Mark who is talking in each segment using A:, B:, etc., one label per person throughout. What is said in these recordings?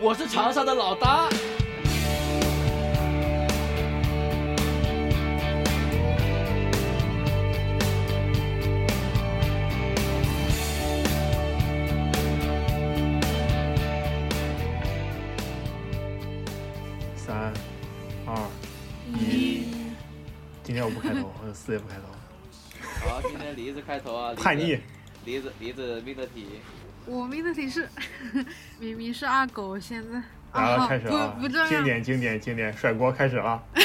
A: 我是长沙的老大。
B: 三、二、一，今天我不开头，我死也不开头，
A: 好，今天梨子开头啊，梨子
B: 叛逆。。
A: 梨子梨子命的题，
C: 我命的提示， 明明是二狗，现在
B: 然后
C: 啊
B: 开始了
C: 不不这，
B: 经
C: 样，
B: 典经典经典，甩锅开始啊了。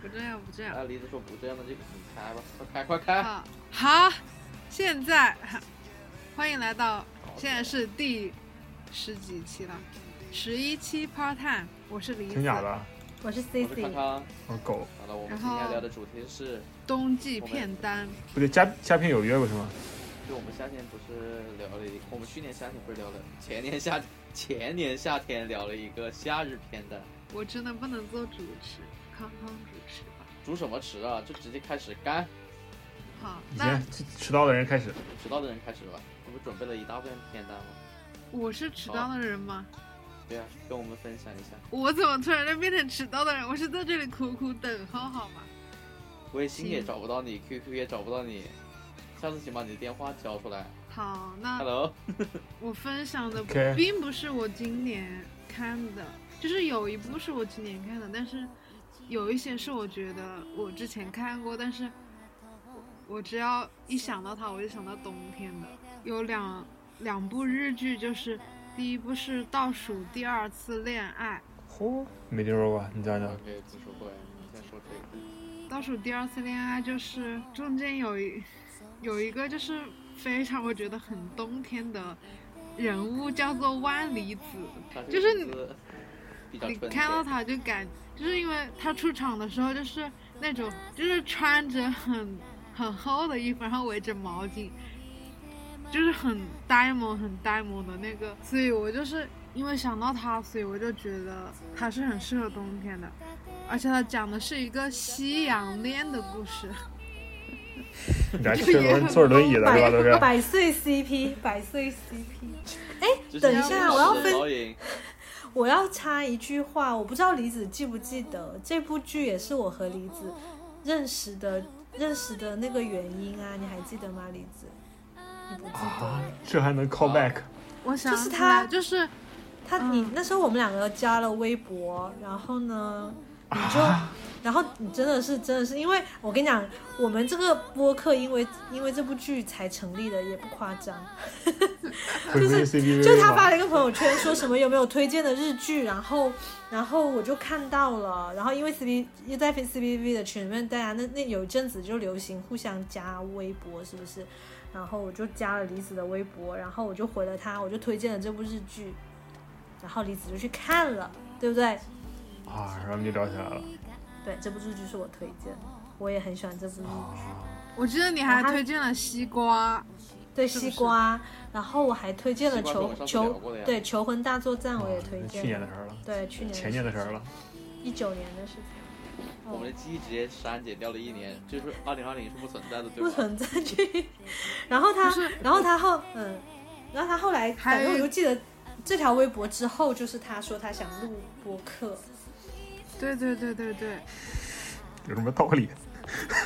C: 不这样，不这样。
A: 啊，梨子说不这样的就你开吧，快开快开。
C: 好，好，现在 哈欢迎来到，现在是第十几期了，十一期 part time，我是梨
B: 真假
C: 子。
B: 的？啊
D: 我是
A: 我是康
D: CC，
A: 康。
B: 我狗
A: 好了，我们今天聊的主题是，
C: 冬季片单，
B: 不对，嘉嘉宾有约过是吗？
A: 就我们夏天不是聊了一，我们去年夏天不是聊了，前年夏 前年夏天聊了一个夏日片单，
C: 我真的不能做主持，康康主持吧。
A: 煮什么吃啊？就直接开始干，
C: 好，
B: 以
C: 那
B: 前迟迟到的人开始。
A: 迟到的人开始吧。我们准备了一大份片单吗？
C: 我是迟到的人吗？
A: 对啊，跟我们分享一下。
C: 我怎么突然就变成迟到的人？我是在这里苦苦等候，好吗？
A: 微信也
C: 行
A: 找不到你，QQ 也找不到你，下次请把你的电话交出来。
C: 好，那
A: Hello，
C: 我分享的
B: OK
C: 并不是我今年看的，就是有一部是我今年看的，但是有一些是我觉得我之前看过，但是我我只要一想到它，我就想到冬天的。有两两部日剧，就是第一部是《倒数第二次恋爱
B: 嚯，没听说过，你讲 讲。
A: 没有听说过呀，你先说这个。》，
C: 《倒数第二次恋爱》就是中间有一有一个就是非常我觉得很冬天的人物，叫做湾离子。
A: 但是
C: 就是
A: 名字比较
C: 你
A: 纯
C: 看到
A: 洁，
C: 他就感，就是因为他出场的时候就是那种，就是穿着很很厚的衣服，然后围着毛巾，就是很呆萌、很呆萌的那个。所以我就是因为想到他，所以我就觉得他是很适合冬天的，而且他讲的是一个西洋恋的故事。
B: 你这还坐轮坐着轮椅 的是吧？都是。
D: 百岁 CP，百岁 CP。
A: 就是
D: 等
C: 一下我要哦
A: 是
D: 分
A: 导演
D: 我要插一句话，我不知道李子记不记得这部剧也是我和李子认识的，认识的那个原因啊，你还记得吗？李子，你不记得
B: 啊
D: 了？，
B: 这还能 call back？
C: 我想
D: 就是
C: 起
D: 他
C: 来就是
D: 他
C: 嗯
D: 你那时候我们两个加了微博，然后呢，你就，
B: 啊
D: 然后你真的是真的是，因为我跟你讲，我们这个播客因为因为这部剧才成立的，也不夸张。
B: 回归 CP
D: 就
B: v
D: 是他发
B: 吗？
D: 了一个朋友圈，说什么有没有推荐的日剧，然后，然后我就看到了，然后因为 C B 又在 C B V 的群里面，大家那那有一阵子就流行互相加微博，是不是？然后我就加了李子的微博，然后我就回了他，我就推荐了这部日剧，然后李子就去看了，对不对？
B: 啊，然后我们就聊起来了。
D: 对，这部日剧是我推荐的，我也很喜欢这部日剧。
B: 啊，
C: 我记得你还
D: 然后他
C: 推荐了西瓜，
D: 对
C: 是不
D: 西
C: 是
D: 瓜，然后我还推荐了
A: 西瓜是我
D: 求
A: 们上次聊
D: 求
A: 过的呀
D: 对求婚大作战，我也推
B: 那
D: 荐。
B: 去年的事儿了，
D: 对去年
B: 前年的事儿了。
D: 一九年的事情。哦
A: 我们的记忆直接删减掉了一年，就是二零二零是不存在的，对
D: 不
A: 吧？
D: 存在去。然后他
C: 不是，
D: 然后他后，嗯，然后他后来，
C: 还
D: 反正我就记得这条微博之后，就是他说他想录播客，
C: 对对对对对，
B: 有什么道理？，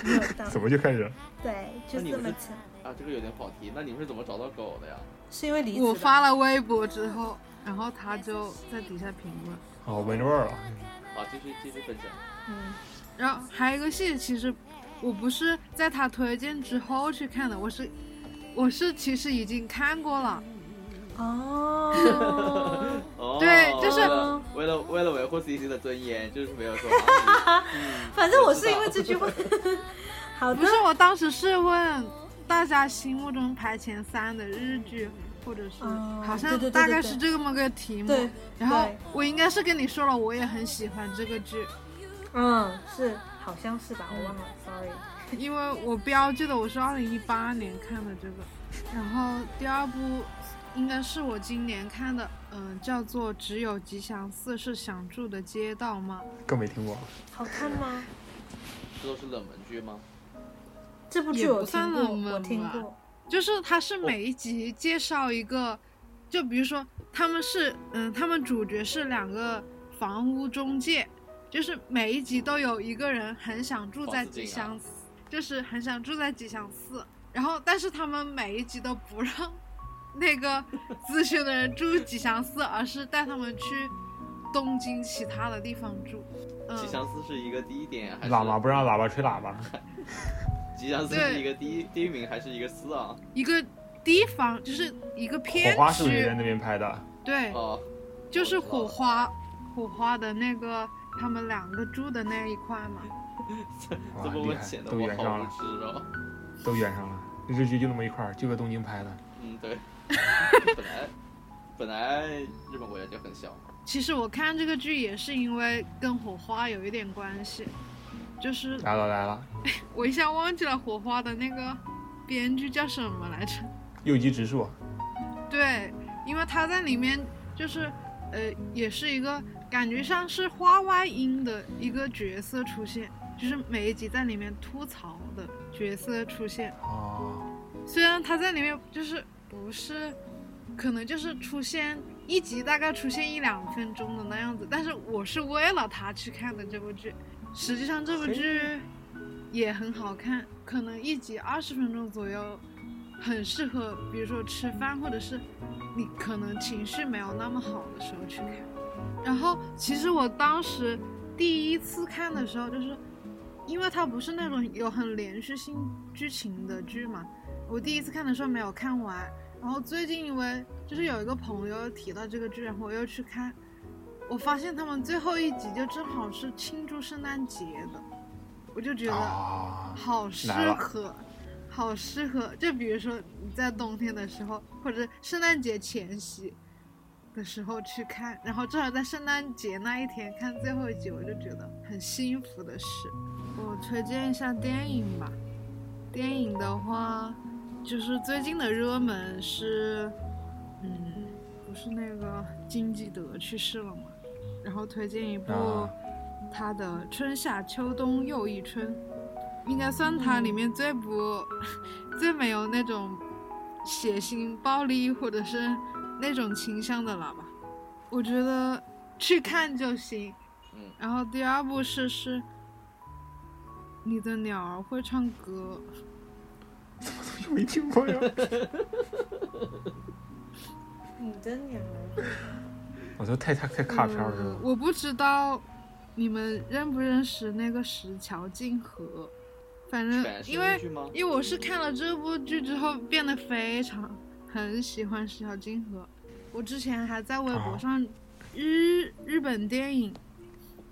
D: 没有到
B: 怎么就开始？
D: 对，就
A: 那你
D: 这
A: 们
D: 么
A: 是
D: 巧，
A: 啊，这个有点跑题。那你们是怎么找到狗的呀？
D: 是因为离
C: 我
D: 子
C: 发
D: 吧
C: 了微博之后，然后他就在底下评论。
B: 哦，闻着味儿了。
A: 好，啊继续继续分享。
D: 嗯，
C: 然后还有一个戏，其实我不是在他推荐之后去看的，我是我是其实已经看过了，
D: 嗯哦，
A: 哦，
C: 对就是
A: 为了为了为了维护 CC 的尊严，就是没有 说。啊你嗯
D: 反正我
A: 知
D: 是
A: 道
D: 因为这句话， 好
C: 不
D: 的
C: 是，我当时是问大家心目中排前三的日剧，或者是
D: 哦
C: 好像
D: 对对对对
C: 大概
D: 对
C: 是这么个题目。
D: 对，
C: 然后
D: 对
C: 我应该是跟你说了，我也很喜欢这个剧，
D: 嗯，是好像是吧，我忘了，sorry，
C: 因为我标记的我是二零一八年看的这个，然后第二部应该是我今年看的，嗯、叫做《只有吉祥寺是想住的街道吗》。
B: 更没听过。
D: 好看吗？
A: 这都是冷门剧吗？
D: 这部
C: 也
D: 剧我
C: 不算
D: 听过，
C: 冷门
D: 我听
C: 吧
D: 过，
C: 就是它是每一集介绍一个就比如说他们是嗯，他们主角是两个房屋中介，就是每一集都有一个人很想住在
A: 房子
C: 吉
A: 进啊
C: 祥寺，就是很想住在吉祥寺，然后但是他们每一集都不让那个咨询的人住吉祥寺，而是带他们去东京其他的地方住。嗯，
A: 吉祥寺是一个第一点，还是
B: 喇叭不让喇叭吹喇叭，
A: 吉祥寺是一个第一第一名还是一个寺啊？
C: 一个地方就是一个
B: 火
C: 片
B: 花是不是也在
C: 区，
B: 那边拍的？
C: 对，
A: 哦，
C: 就是
A: 我知道
C: 火
A: 了
C: 花，火花的那个他们两个住的那一块嘛。
B: 哇，
A: 这么
B: 厉
A: 问
B: 害
A: 显，得
B: 都
A: 我
B: 圆
A: 好
B: 上
A: 无
B: 了，
A: 知哦。
B: 都圆上了。日剧就那么一块儿，就搁东京拍的。
A: 嗯， 对，本来本来日本国家就很小，
C: 其实我看这个剧也是因为跟火花有一点关系，就是
B: 来了来了，
C: 我一下忘记了火花的那个编剧叫什么来着。
B: 右击直树，
C: 对，因为他在里面就是呃，也是一个感觉像是花外音的一个角色出现，就是每一集在里面吐槽的角色出现。
B: 哦，
C: 虽然他在里面就是不是，可能就是出现一集大概出现一两分钟的那样子，但是我是为了他去看的这部剧。实际上这部剧也很好看，可能一集二十分钟左右，很适合，比如说吃饭或者是你可能情绪没有那么好的时候去看。然后其实我当时第一次看的时候，就是因为它不是那种有很连续性剧情的剧嘛，我第一次看的时候没有看完，然后最近因为就是有一个朋友提到这个剧，然后我又去看，我发现他们最后一集就正好是庆祝圣诞节的，我就觉得
B: 啊，
C: 好适
B: 来了
C: 合，好适合。就比如说你在冬天的时候，或者圣诞节前夕的时候去看，然后正好在圣诞节那一天看最后一集，我就觉得很幸福的事。我推荐一下电影吧，电影的话，就是最近的热门是，嗯，不是那个金基德去世了吗？然后推荐一部
B: 啊
C: 他的《春夏秋冬又一春》，应该算它里面最不、 最没有那种血腥、暴力或者是那种倾向的了吧。我觉得去看就行。
A: 嗯，
C: 然后第二部是是，你的鸟儿会唱歌。
B: 又没听过呀。
D: 你嗯的鸟
B: 我都太太太卡片了，是
C: 呃
B: 吧？
C: 我不知道你们认不认识那个石桥静河，反
D: 嗯
C: 正
A: 全是
C: 因为
A: 日剧吗？
C: 因为我是看了这部剧之后变得非常很喜欢石桥静河，我之前还在微博
B: 啊
C: 上日日本电影，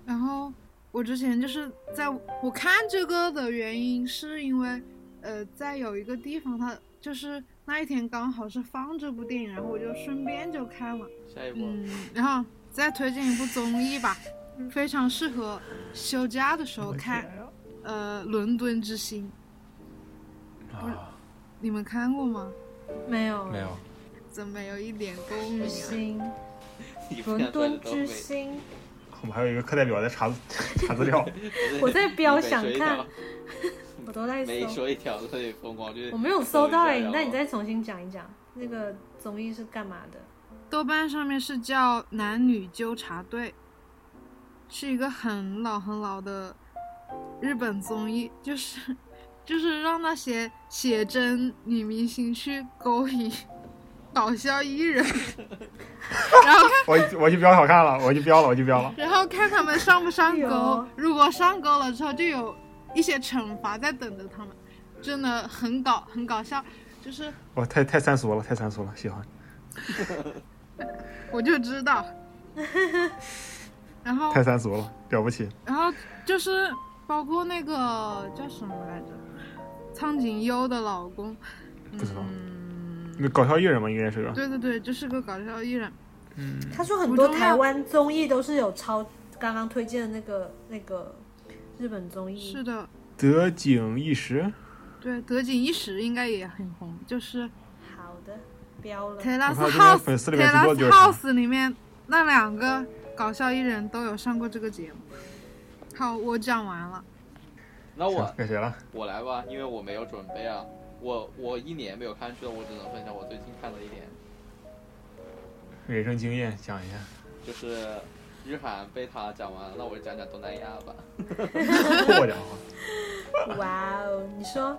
C: 然后我之前就是在我看这个的原因是因为呃在有一个地方它就是那一天刚好是放这部电影，然后我就顺便就看了。
A: 下一波
C: 嗯，然后再推荐一部综艺吧，非常适合休假的时候看。呃，《伦敦之星》，
B: 啊，
C: 你们看过吗？
D: 没有
B: 没有，
C: 怎么有一点共鸣
D: 之
C: 啊？
D: 星，
A: 你不想说
D: 伦
A: 的
D: 敦
A: 都
D: 之
A: 没
D: 星，
B: 我们还有一个课代表在查查资 料。
D: 我在标
A: 你每
D: 想
A: 说一
D: 看
A: 条，
D: 我都在
A: 每
D: 搜，
A: 说一条都得疯狂，就是
D: 我没有搜到哎，
A: 搜一下哦
D: 那你再重新讲一讲那个综艺是干嘛的？
C: 豆瓣上面是叫《男女纠察队》，是一个很老很老的日本综艺，就是 就是让那些写真女明星去勾引搞笑艺人， 然后
B: 我我就标好看了，我就标了，我就标了。
C: 然后看他们上不上钩
D: 有。
C: 如果上钩了之后，就有一些惩罚在等着他们，真的很搞很搞笑。就是
B: 我太太三俗了，太三俗了，喜欢。
C: 我就知道，然后
B: 太三俗了，了不起。
C: 然后就是包括那个叫什么来着，苍井优的老公，
B: 不知道
C: 嗯，
B: 那搞笑艺人嘛，应该是个。
C: 对对对，就是个搞笑艺人。
B: 嗯，
D: 他说很
C: 我
D: 多
C: 中
D: 台
C: 药
D: 湾综艺都是有抄刚刚推荐的那个那个日本综艺，
C: 是的，
B: 德景一时，
C: 对，德井一时应该也很红，就是
D: 好的，标了。
C: Taylor
B: 我看到这边
C: House
B: 粉丝里
C: t a
B: 面
C: y
B: 直
C: l
B: 播
C: o
B: 就是
C: House 里面那两个搞笑艺人都有上过这个节目。好，我讲完了。
A: 那我
B: 行该谁了？
A: 我来吧，因为我没有准备啊。我我一年没有看剧了，我只能分享我最近看的一点。
B: 人生经验讲一下。
A: 就是日韩被他讲完了，那我就讲讲东南亚吧。
B: 破家伙，
D: 哇哦，你说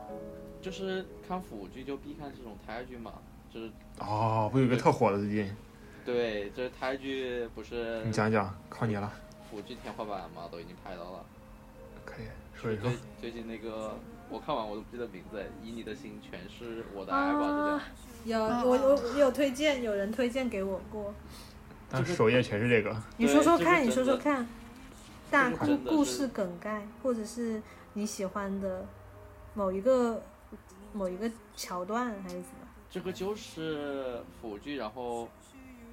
A: 就是看腐剧就必看这种台剧嘛，就是
B: 哦，不有一个特火的最近，
A: 对，这台剧不是
B: 你讲一讲，靠你了，
A: 腐剧天花板嘛，都已经拍到了。
B: 可以说
A: 最
B: 一说。
A: 最近那个我看完我都不记得名字，以你的心全是我的爱吧，就这样
D: 啊。，有我我我有推荐，有人推荐给我过，
B: 但首页全是这个，
D: 你说说
A: 这个
D: 看，
A: 真
D: 你说说
A: 的
D: 看，大
A: 这个
D: 故
A: 真的
D: 故
A: 是
D: 事梗概，或者是你喜欢的某一个某一个桥段，还是怎么？
A: 这个就是腐剧，然后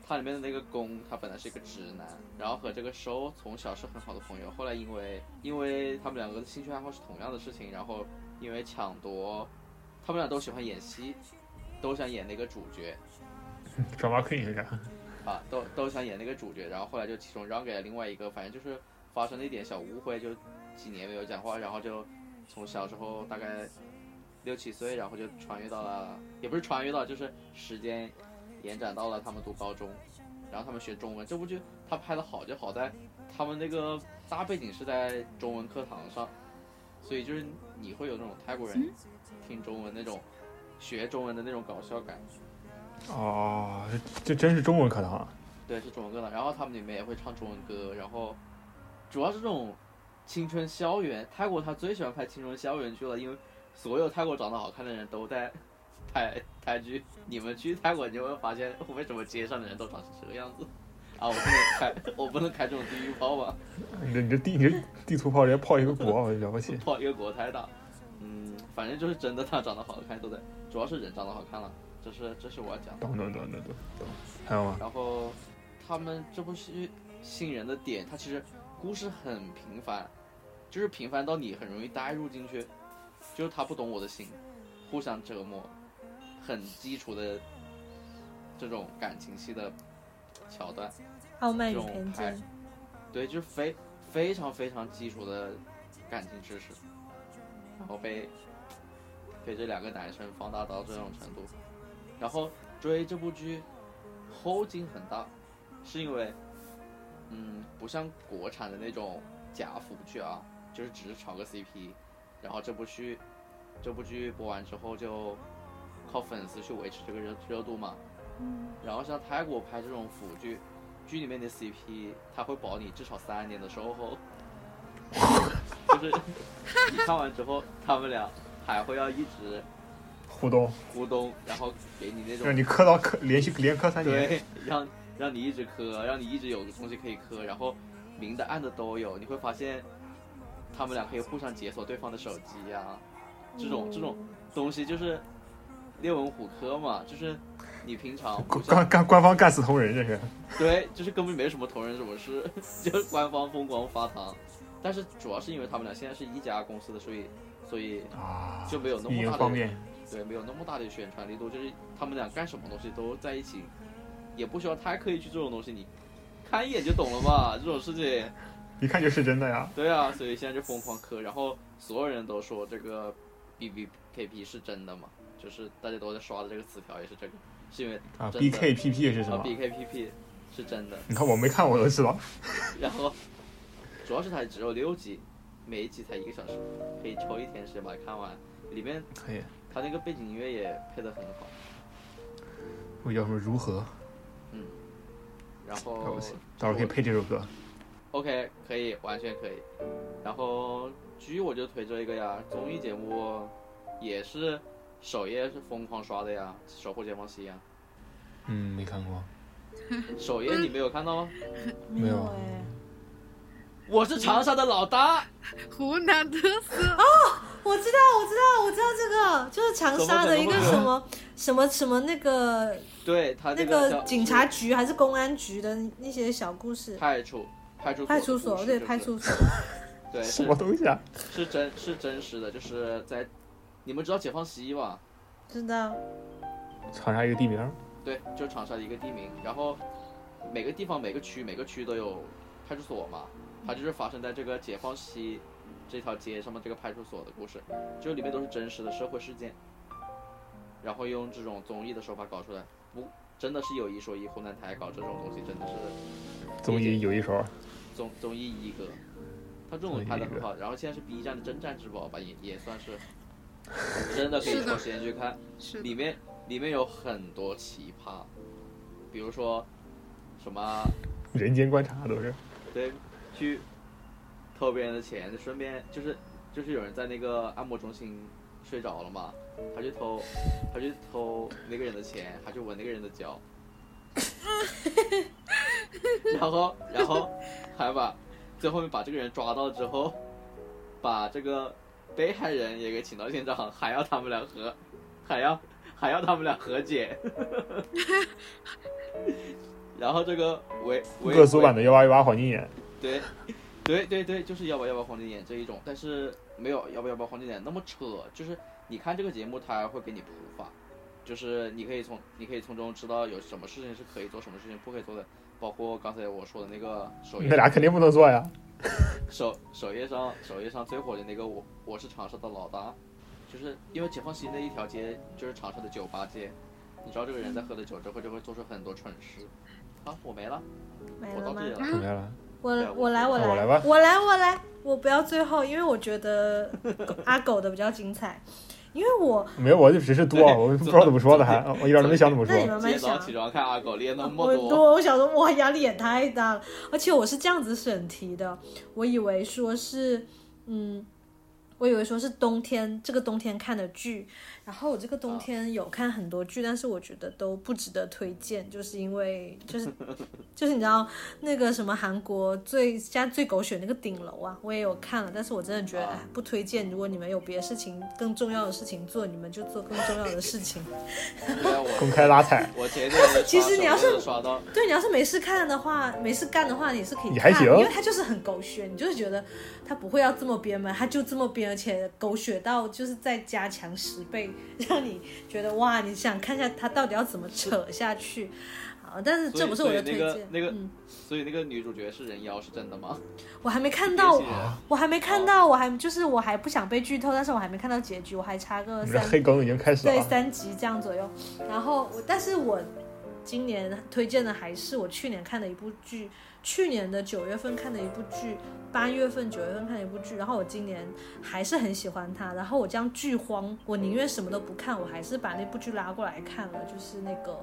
A: 它里面的那个公，他本来是一个直男，然后和这个收从小是很好的朋友，后来因为因为他们两个的兴趣爱好是同样的事情，然后因为抢夺，他们俩都喜欢演戏，都想演那个主角
B: 转发 queen 是啥？
A: 啊，都都想演那个主角，然后后来就其中让给了另外一个，反正就是发生了一点小误会，就几年没有讲话，然后就从小时候大概六七岁，然后就穿越到了，也不是穿越到，就是时间延展到了他们读高中，然后他们学中文。这部剧它拍的好就好在他们那个大背景是在中文课堂上，所以就是你会有那种泰国人听中文那种学中文的那种搞笑感。
B: 哦，这这真是中文课堂，啊
A: 对，是中文歌的。然后他们里面也会唱中文歌，然后主要是这种青春校园。泰国他最喜欢拍青春校园剧了，因为所有泰国长得好看的人都在拍泰剧。你们去泰国，你就会发现为什么街上的人都长成这个样子。啊，我不能开，我不能开这种地狱炮吧？
B: 你这你这地你这地图炮直接炮一个国，啊我就了不起。
A: 跑一个国太大。嗯，反正就是真的，他长得好看，对不对？主要是人长得好看了，这是这是我要讲的。
B: 懂懂懂懂懂懂，还有吗？
A: 然后他们这部剧吸引人的点，它其实故事很平凡，就是平凡到你很容易代入进去，就是他不懂我的心，互相折磨，很基础的这种感情戏的桥段，
D: 傲慢与
A: 这种
D: 偏
A: 拍
D: 见，
A: 对，就是非非常非常基础的感情知识，然后被被这两个男生放大到这种程度，然后追这部剧后劲很大，是因为嗯，不像国产的那种假腐剧啊，就是只是炒个 CP，然后这部剧这部剧播完之后就靠粉丝去维持这个热热度嘛，然后像泰国拍这种腐剧。剧里面的 CP，他会保你至少三年的售后，就是你看完之后，他们俩还会要一直
B: 互动，
A: 咕咚，然后给你那
B: 让
A: 种
B: 你磕到磕，连续连磕三年。
A: 对，让让你一直磕，让你一直有东西可以磕，然后明的暗的都有，你会发现他们俩可以互相解锁对方的手机呀、这种这种东西就是猎文虎科嘛，就是你平常不
B: 官
A: 像
B: 官官官方干死同人，这是
A: 对，就是根本没什么同人什么事，就是 官方疯狂发糖。但是主要是因为他们俩现在是一家公司的，所以所以
B: 啊，
A: 就没有那
B: 运
A: 么
B: 营
A: 大
B: 方
A: 的
B: 便。
A: 对，没有那么大的宣传力度。就是他们俩干什么东西都在一起，也不需要太刻意去做这种东西，你看一眼就懂了 吧？这种事情，
B: 一看就是真的呀！
A: 对啊，所以现在就疯狂磕，然后所有人都说这个 B B K P 是真的嘛，就是大家都在刷的这个词条也是这个，是因为
B: 啊
A: 真
B: ，B
A: 的
B: K P P 是什
A: 啊
B: 么？
A: B K P P 是真的。
B: 你看我没看我都知道。
A: 然后主要是它只有六集，每一集才一个小时，可以抽一天时间把它看完。里面
B: 可以，
A: 它那个背景音乐也配得很好，
B: 我叫什么？如何？
A: 然
B: 了
A: 后
B: 不起哦到时候可以配这首歌。
A: OK 可以，完全可以。然后剧我就推这一个呀，综艺节目也是首页是疯狂刷的呀，《守护解放西》呀，
B: 嗯，没看过。
A: 首
D: 嗯
A: 页你没有看到吗？
B: 没有
D: 哎，
A: 我是长沙的老大，
C: 湖南特色。
D: 我知道，我知道，我知道这个就是长沙的一个什
A: 怎
D: 么什么什么那个
A: 对他
D: 那
A: 叫
D: 个警察局还是公安局的那些小故事，
A: 派出派出
D: 派出所
A: 的故
D: 对
A: 事
D: 派
A: 就是
D: 出所，
A: 对
B: 什
A: 是
B: 么东西啊？
A: 是真是真实的，就是在你们知道解放西吧？
D: 知道
B: 长沙一个地名。
A: 对，就是长沙的一个地名。然后每个地方、每个区、每个区都有派出所嘛，它就是发生在这个解放西这条街上面这个派出所的故事，就里面都是真实的社会事件，然后用这种综艺的手法搞出来。不真的是有一说一，湖南台搞这种东西真的是
B: 综艺有一手，
A: 综综艺一哥，他这种
B: 综艺
A: 拍的
B: 一
A: 很
B: 哥
A: 好。然后现在是 B 站的征战之宝吧，也也算是真的可以
C: 是的
A: 抽时间去看。
C: 是
A: 里
C: 的，
A: 面里面有很多奇葩，比如说什么
B: 人间观察都是。
A: 对去偷别人的钱，顺便就是就是有人在那个按摩中心睡着了嘛，他去偷他去偷那个人的钱，还去闻那个人的脚， 然后然后还把最后面把这个人抓到之后，把这个被害人也给请到现场，还要他们俩和还要还要他们俩和解。 然后这个维维
B: 恶俗
A: 维
B: 版的幺八幺八黄金眼，
A: 对，对对对，就是要不要不要黄金眼这一种，但是没有要不要不要黄金眼那么扯，就是你看这个节目，它会给你普法，就是你可以从你可以从中知道有什么事情是可以做，什么事情不可以做的，包括刚才我说的那个首页
B: 那俩肯定不能做呀。
A: 首首页上首页上最火的那个我我是长沙的老大，就是因为解放西那一条街就是长沙的酒吧街，你知道这个人在喝了酒之后就会做出很多蠢事，好、我没了，
D: 没
A: 我
D: 了
A: 到
D: 吗
A: 这？里了。
B: 明白了，
D: 我
A: 对
D: 我
A: 我
D: 来我
B: 那我
D: 来
B: 来吧
D: 我来我来，我不要最后，因为我觉得阿狗的比较精彩，因为我
B: 没有我就只是多，我不知道怎么说的，还我一点都没想怎么说
D: 那。你 慢慢
A: 今天早上
D: 想
A: 起床看啊阿狗练那么
D: 我
A: 多，
D: 我想说，哇，压力也太大了。而且我是这样子审题的，我以为说是，嗯，我以为说是冬天这个冬天看的剧，然后我这个
A: 啊
D: 冬天有看很多剧，但是我觉得都不值得推荐，就是因为就是 就是你知道那个什么韩国最现在最狗血那个顶楼啊，我也有看了，但是我真的觉得
A: 啊
D: 哎不推荐。如果你们有别的事情更重要的事情做，你们就做更重要的事情。
A: 对啊我
B: 公开拉踩
A: 我前一阵子
D: 其实
A: 刷
D: 你要
A: 手机
D: 是
A: 刷到，
D: 对，你要是没事看的话，没事干的话，你是可以
B: 也
D: 看，
B: 还行
D: 因为他就是很狗血，你就是觉得他不会要这么编嘛，他就这么编，而且狗血到就是再加强十倍，让你觉得哇，你想看一下他到底要怎么扯下去。好，但是
A: 所以
D: 这不是我的
A: 所
D: 推
A: 以那
D: 荐
A: 个。那个
D: 嗯，
A: 所以那个女主角是人妖是真的吗？
D: 我还没看到
A: 别信，人
D: 我还没看到，
A: 哦
D: 我还就是我还不想被剧透，但是我还没看到结局，我还差个
B: 你这
D: 哎三
B: 黑梗已经开始啊
D: 对，
B: 了。
D: 三集这样左右。然后我，但是我今年推荐的还是我去年看的一部剧，去年的九月份看的一部剧，八月份、九月份看的一部剧。然后我今年还是很喜欢它。然后我这样剧荒，我宁愿什么都不看，我还是把那部剧拉过来看了，就是那个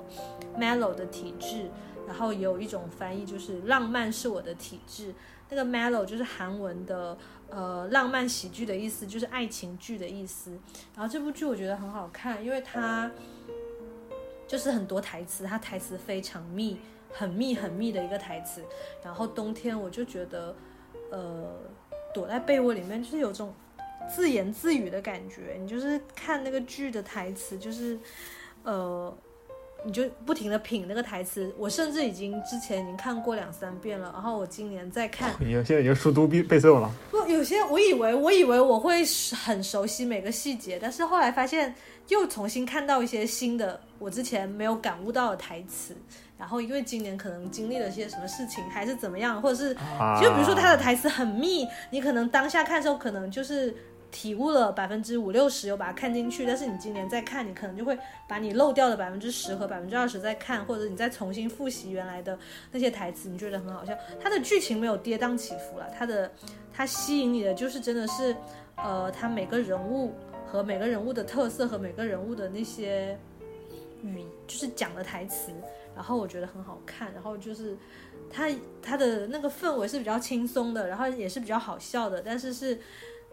D: Mellow 的体质。然后也有一种翻译就是“浪漫是我的体质”，那个 Mellow 就是韩文的呃浪漫喜剧的意思，就是爱情剧的意思。然后这部剧我觉得很好看，因为它就是很多台词，它台词非常密，很密很密的一个台词。然后冬天我就觉得，呃，躲在被窝里面就是有种自言自语的感觉。你就是看那个剧的台词，就是呃，你就不停的品那个台词。我甚至已经之前已经看过两三遍了，然后我今年再看，
B: 已经现在已经熟读背背诵了，
D: 不，有些我以为我以为我会很熟悉每个细节，但是后来发现又重新看到一些新的我之前没有感悟到的台词。然后因为今年可能经历了些什么事情，还是怎么样，或者是
B: 啊
D: 就比如说他的台词很密，你可能当下看的时候可能就是体悟了百分之五六十，有把它看进去，但是你今年再看，你可能就会把你漏掉的百分之十和百分之二十再看，或者你再重新复习原来的那些台词，你觉得很好笑。它的剧情没有跌宕起伏了，它的它吸引你的就是真的是，呃，它每个人物和每个人物的特色和每个人物的那些语，就是讲的台词，然后我觉得很好看，然后就是它它的那个氛围是比较轻松的，然后也是比较好笑的，但是是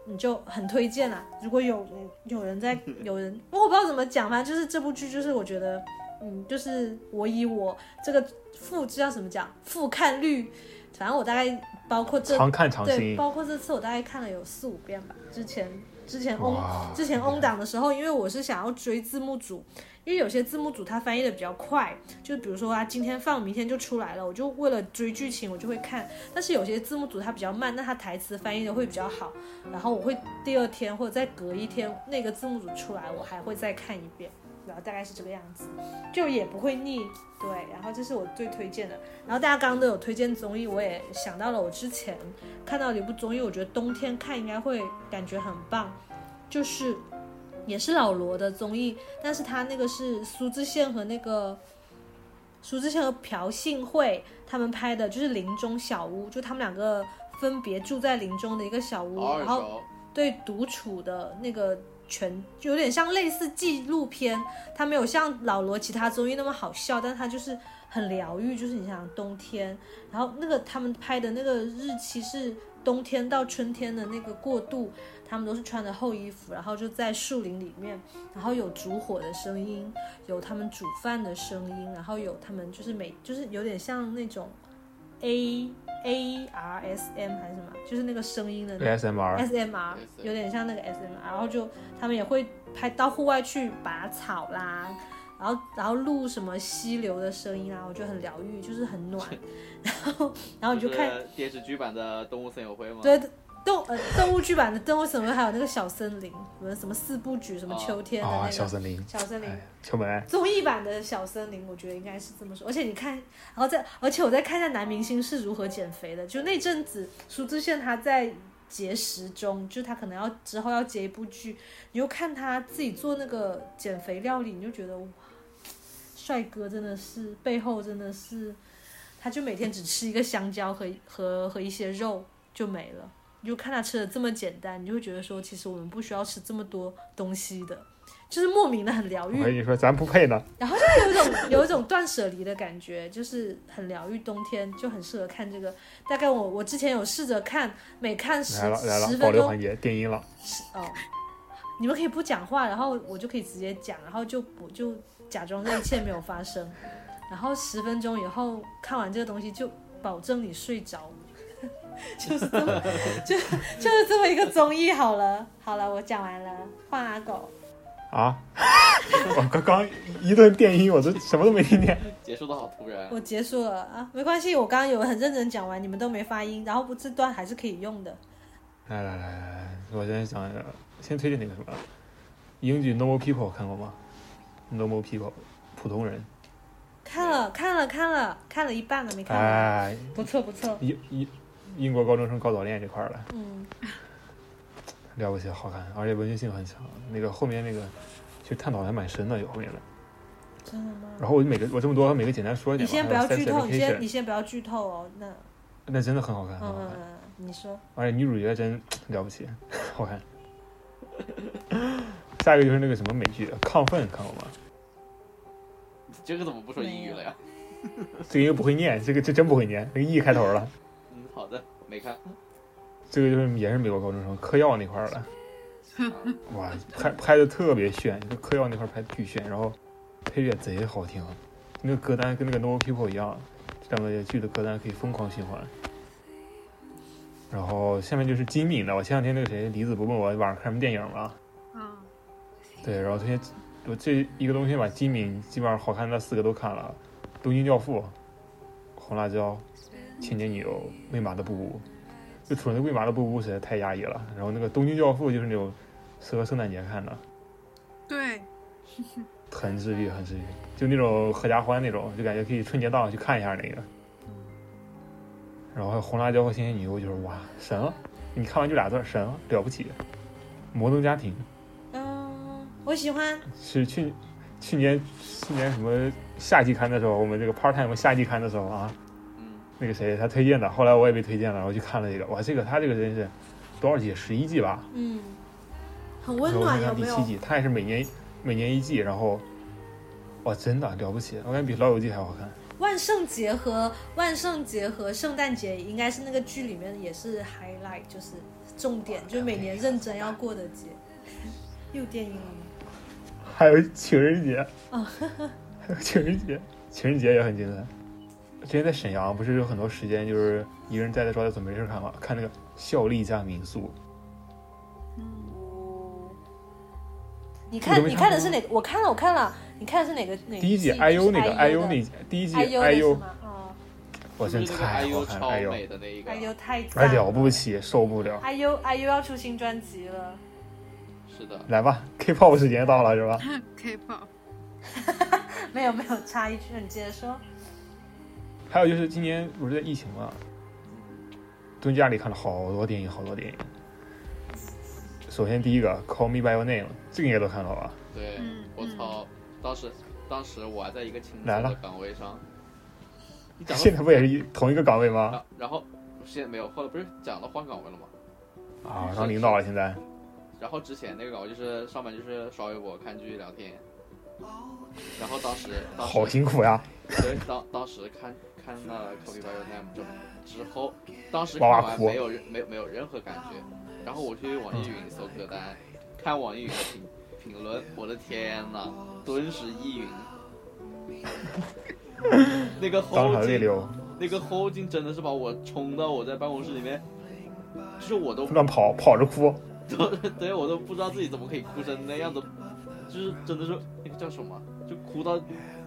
D: 你就很推荐啦。如果有有人在有人，我不知道怎么讲吧，就是这部剧就是我觉得，嗯，就是我以我这个复这叫什么讲复看率，反正我大概包括这
B: 常看常
D: 对，
B: 新，
D: 包括这次我大概看了有四五遍吧。之前之前翁
B: 哇
D: 之前翁档的时候，因为我是想要追字幕组，因为有些字幕组它翻译的比较快，就比如说啊它今天放，明天就出来了，我就为了追剧情我就会看。但是有些字幕组它比较慢，那它台词翻译的会比较好，然后我会第二天或者再隔一天那个字幕组出来，我还会再看一遍。然后大概是这个样子，就也不会腻，对。然后这是我最推荐的。然后大家刚刚都有推荐综艺，我也想到了我之前看到了一部综艺，我觉得冬天看应该会感觉很棒，就是也是老罗的综艺，但是他那个是苏志燮和那个苏志燮和朴信惠他们拍的就是林中小屋，就他们两个分别住在林中的一个小屋，
A: 好耳
D: 然后
A: 熟，
D: 对独处的那个全，有点像类似纪录片，它没有像老罗其他综艺那么好笑，但它就是很疗愈，就是你想冬天，然后那个他们拍的那个日期是冬天到春天的那个过渡，他们都是穿着厚衣服，然后就在树林里面，然后有烛火的声音，有他们煮饭的声音，然后有他们就是每就是有点像那种 A。A R S M 还是什么，就是那个声音的那个
B: ASMR，
D: SMR，
A: ASMR
D: 有点像那个 SMR，然后就他们也会拍到户外去拔草啦，然后然后录什么溪流的声音啊，我觉得很疗愈，就是很暖。然后然后你就看，
A: 是电视剧版的《动物森友会》吗？
D: 对动呃动物剧版的动物森林，还有那个小森林，什么什么四部曲，什么
A: 哦
D: 秋天的那
B: 啊，
D: 个
B: 小森林，
D: 小森林。嗯
B: 哎，秋本爱，
D: 综艺版的小森林，我觉得应该是这么说。而且你看，然后再，而且我在看一下男明星是如何减肥的。就那阵子，苏志燮他在节食中，就他可能要之后要接一部剧，你就看他自己做那个减肥料理，你就觉得哇，帅哥真的是背后真的是，他就每天只吃一个香蕉和和和一些肉就没了。你就看他吃的这么简单，你就会觉得说，其实我们不需要吃这么多东西的，就是莫名的很疗愈
B: 我。跟你说，咱不配呢。
D: 然后就会有一种 有一种断舍离的感觉，就是很疗愈，冬天就很适合看这个。大概我我之前有试着看，每看十
B: 来了来
D: 十
B: 了，保
D: 分
B: 留
D: 钟
B: 环节，电音了，
D: 十哦，你们可以不讲话，然后我就可以直接讲，然后就不就假装这一切没有发生。然后十分钟以后看完这个东西，就保证你睡着， 就是这么就就是这么一个综艺。好了好了，我讲完了，换阿狗。
B: 啊！ 我刚刚一顿电音，我都什么都没听见。
A: 结束的好突然。
D: 我结束了啊，没关系，我刚刚有很认真讲完，你们都没发音，然后不这段还是可以用的。
B: 来来来来来，我先想一下，先推荐那个什么，英剧《Normal People》看过吗？Normal People，普通人。
D: 看了看了看了看了一半了，没看完，
B: 哎，
D: 不错不错，
B: 英英英国高中生高早恋这块儿了，
D: 嗯，
B: 了不起，好看，而且文学性很强。那个后面那个，其实探讨还蛮深的，有后面的。
D: 真的吗？
B: 然后我每个我这么多，每个简单说一呃
D: 你
B: 点吧。
D: 先不要
B: 还有
D: 剧透，
B: Sex
D: 你先
B: Education
D: 你先不要剧透哦。那
B: 那真的很好看，
D: 嗯
B: 很好看
D: 嗯。嗯，你说
B: 而且女主角真了不起，好 看。下一个就是那个什么美剧《亢奋》，看过吗？
A: 这个怎么不说英语了呀？
B: 这个又不会念，这个这真不会念，那个 E 开头了。
A: 嗯，好的，没看。
B: 这个就是也是美国高中生嗑药那块儿的，
A: 啊
B: 哇，拍拍的特别炫，就嗑药那块儿拍得巨炫，然后配乐贼好听，那个歌单跟那个 No People 一样，这两个剧的歌单可以疯狂循环。然后下面就是金敏的，我前两天那个谁李子不问我晚上看什么电影吗？
C: 嗯，
B: 对，然后这些我这一个冬天把金敏基本上好看的四个都看了，《东京教父》、《红辣椒》、《千年女友》、《喂马的布谷》，就除了那《喂马的布谷》实在太压抑了。然后那个《东京教父》就是那种适合圣诞节看的，
C: 对，
B: 很治愈，很治愈，就那种合家欢那种，就感觉可以春节档去看一下那个。然后还有《红辣椒》和《千年女友》，就是哇神了！你看完就俩字儿神了，了不起，《摩登家庭》。
D: 嗯，我喜欢，
B: 是去去年去年什么夏季刊的时候，我们这个 part time 夏季刊的时候啊，
A: 嗯，
B: 那个谁他推荐的，后来我也被推荐了，我去看了一个，哇，这个他这个真是多少季？十一季吧，
D: 嗯，很
B: 然
D: 温
B: 后我
D: 暖，
B: 看
D: 有
B: 第
D: 没
B: 七
D: 有？
B: 季，他也是每年每年一季，然后哇，真的了不起，我感觉比老友记还好看。
D: 万圣节和万圣节和圣诞节应该是那个剧里面也是 highlight，就是重点，就是每年认真要过的节。又电影了吗？
B: 还有情人节，
D: 哦
B: 还有情人节，情人节也很精彩。之前在沈阳不是有很多时间，就是一个人待在招待所没事儿干嘛，看那个《孝利家民宿》，
D: 你
B: 我
D: 看，
B: 都没
D: 你
B: 看
D: 看的
B: 过
D: 是哪个？我看了，我看了。你看的是哪个？哪个
B: 第一季
D: 季
B: IU
D: 就是
B: 那个
D: IU
B: IU
D: 的
B: 那第一季
D: IU 的是
B: IU，
D: 吗？哦
B: 我
A: 是
B: 真
A: 不是那个
B: 太好
A: IU
B: 看
A: 哎超
B: 了，IU
A: 美的那一个
D: ，IU 太
B: 哎
D: 赞
B: 了不起，受不了。
D: ！IU IU 要出新专辑了，
A: 是的，
B: 来吧，K-pop 时间到了是吧？
C: K-pop，
D: 没有没有，插一句，你接着说。
B: 还有就是今年不是在疫情嘛，蹲家里看了好多电影，好多电影。首先第一个《Call Me by Your Name》，这个应该都看到吧？
A: 对
C: 嗯，
A: 我操！当时当时我还在一个清洁
B: 来了
A: 的岗位上，你讲到
B: 现在不也是一同一个岗位吗？
A: 然然后现在没有，后来不是讲了换岗位了吗？
B: 啊，当领导了现在。
A: 然后之前那个岗位就是上班就是刷微博、看剧、聊天。然后当时，当时
B: 好辛苦呀！
A: 所以当当时看看那《口笔白有 name 之之后，当时看
B: 哇哇
A: 完
B: 哭
A: 没有任没有没有任何感觉，然后我去网易云搜歌单，看网易云的评评论，我的天呐，顿时意云。 那个
B: 当
A: 后
B: 场泪
A: 劲，
B: 流，
A: 那个后劲真的是把我冲到我在办公室里面，就是我都
B: 乱跑跑着哭，
A: 都对我都不知道自己怎么可以哭成那样子，就是真的是那个叫什么，啊就哭到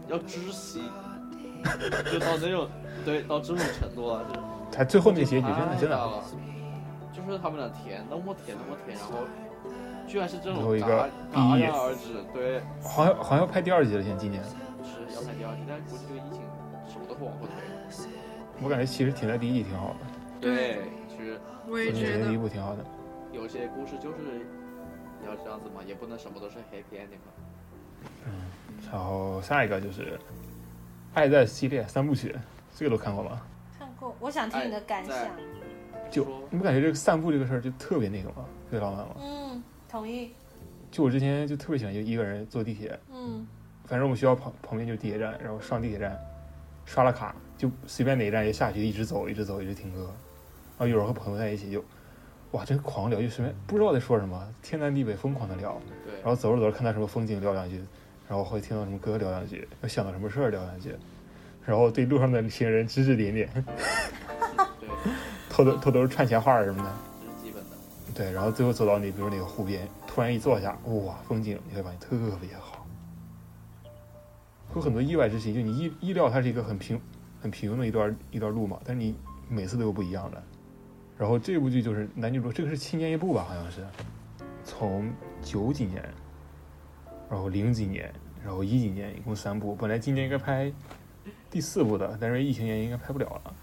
A: 要窒息，就到那种对到这种程度了，就是
B: 才最后那
A: 哎
B: 个结局，真的真
A: 太大
B: 的，
A: 了，就是他们俩甜那么甜那么甜，然后居然是这
B: 最后
A: 种
B: 一
A: 戛
B: 个
A: 戛
B: 毕
A: 然
B: 业
A: 而止，对，
B: 好像好像要拍第二季了，现在今年，
A: 是要拍第二季，但是估计这个疫情什么都是往后推，
B: 我感觉其实停在第一集挺好的，
A: 对，其实
C: 我也
B: 我
C: 觉
B: 觉得第一
C: 得，
B: 部挺好的，
A: 有些故事就是你要这样子嘛，也不能什么都是 happy ending 嘛。
B: 然后下一个就是《爱在》系列三部曲，这个都看过吗？
D: 看过，我想听你的感
A: 哎
D: 想
A: 在。
B: 就
A: 说
B: 你不感觉这个散步这个事儿就特别那个吗？特别浪漫吗？
D: 嗯，同意。
B: 就我之前就特别喜欢就一个人坐地铁，
D: 嗯，
B: 反正我们学校旁旁边就是地铁站，然后上地铁站，刷了卡就随便哪一站就下去，一直走，一直走，一直停车。然后有时候和朋友在一起就，哇，真狂聊，就随便不知道在说什么，天南地北疯狂的聊。
A: 对
B: 然，后走着走着看到什么风景聊两句，然后会听到什么歌聊两句，又想到什么事儿聊两句，然后对路上的行人指指点 点，
A: 对，
B: 偷偷偷偷串闲话儿什么的。
A: 这是基本的。
B: 对，然后最后走到你，比如那个湖边，突然一坐下，哇，风景你会发现特别好，会有很多意外之喜。就你意意料它是一个很平、很平庸的一段一段路嘛，但是你每次都有不一样的。然后这部剧就是男女主，这个是七年一部吧，好像是，从九几年，然后零几年，然后一几年，一共三部。本来今年应该拍第四部的，但是疫情原因应该拍不了了。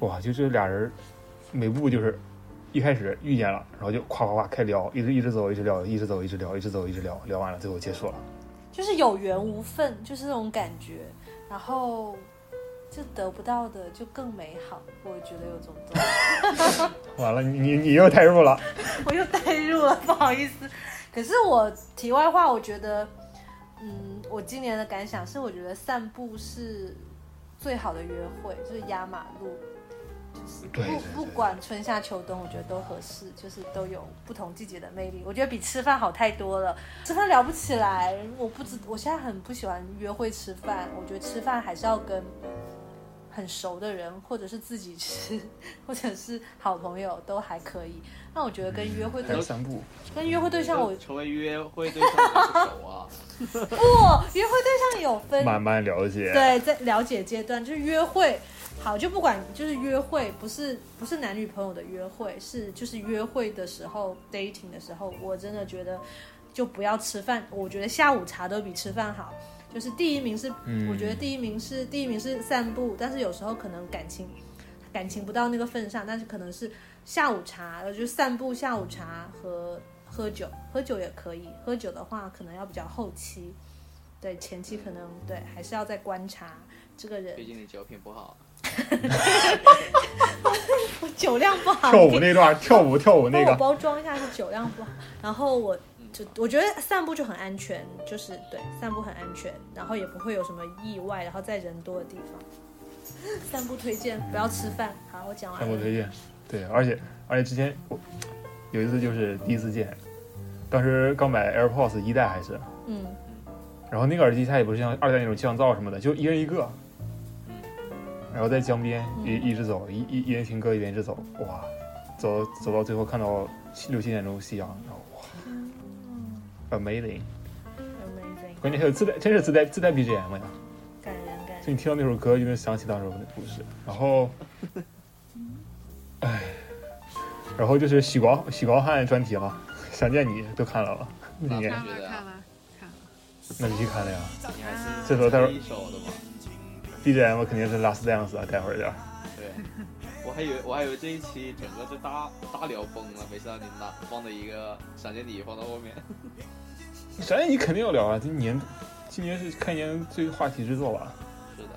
B: 哇，就这俩人，每部就是一开始遇见了，然后就夸夸夸开聊，一直一直走，一直聊，一直走，一直聊，一直走，一直聊，聊完了最后结束了。
D: 就是有缘无分，就是那种感觉。然后就得不到的就更美好，我觉得有种这种。
B: 完了，你你你又代入了，
D: 我又带入了，不好意思。可是我题外话，我觉得，嗯，我今年的感想是，我觉得散步是最好的约会，就是压马路，就是
B: 对对对
D: 不不管春夏秋冬，我觉得都合适，就是都有不同季节的魅力。我觉得比吃饭好太多了，吃饭聊不起来。我不知，我现在很不喜欢约会吃饭，我觉得吃饭还是要跟。很熟的人，或者是自己吃，或者是好朋友，都还可以。那我觉嗯得跟约会
B: 还
D: 对
B: 有三部，
D: 跟约会对象我
A: 成为约会对象的不熟 啊，
D: 不，约会对象有分，
B: 慢慢了解。
D: 对，在了解阶段就是约会，好就不管就是约会，不是不是男女朋友的约会，是就是约会的时候 dating 的时候，我真的觉得就不要吃饭，我觉得下午茶都比吃饭好。就是第一名是，
B: 嗯
D: 我觉得第一名是第一名是散步，但是有时候可能感情感情不到那个份上，但是可能是下午茶，呃，就是散步、下午茶和喝酒，喝酒也可以。喝酒的话，可能要比较后期，对，前期可能对还是要再观察这个人
A: 毕竟你酒品不好。
D: 酒量不好，
B: 跳
D: 你可
B: 舞
D: 以
B: 那 段，跳舞跳舞那
D: 帮我
B: 个，
D: 包装一下是酒量不好。然后我就我觉得散步就很安全，就是对散步很安全，然后也不会有什么意外，然后在人多的地方。 散步推荐，不要吃饭。好，我讲
B: 三
D: 完
B: 部推
D: 了。
B: 荐。对，而且而且之前我有一次就是第一次见，当时刚买 AirPods 一代还是，
D: 嗯，
B: 然后那个耳机它也不是像二代那种降噪什么的，就一人一个。然后在江边
D: 嗯
B: 一一直走，一一一边听歌一边一直走，哇，走走到最后看到七六七点钟夕阳，然后哇，amazing！
D: amazing，
B: 关键还有自带，真是自带自带 BGM 呀，
D: 感人感
B: 所以
D: 人。
B: 你听到那首歌就能想起当时我的故事。然后，哎，然后就是许光许光汉专题了，想见你都看了吧？应该
A: 对
C: 看了看了看了
B: 那必须看了呀，
A: 你还是
B: 这时候待会儿
A: 一手的嘛？
B: BGM 肯定是 Last Dance 啊，待会儿点儿。
A: 对，我还以为我还以为这一期整个就大大聊崩了，没想到你拿放的一个闪电你放到后面。
B: 闪电你肯定要聊啊，今年今年是开年最话题之作吧？
A: 是的，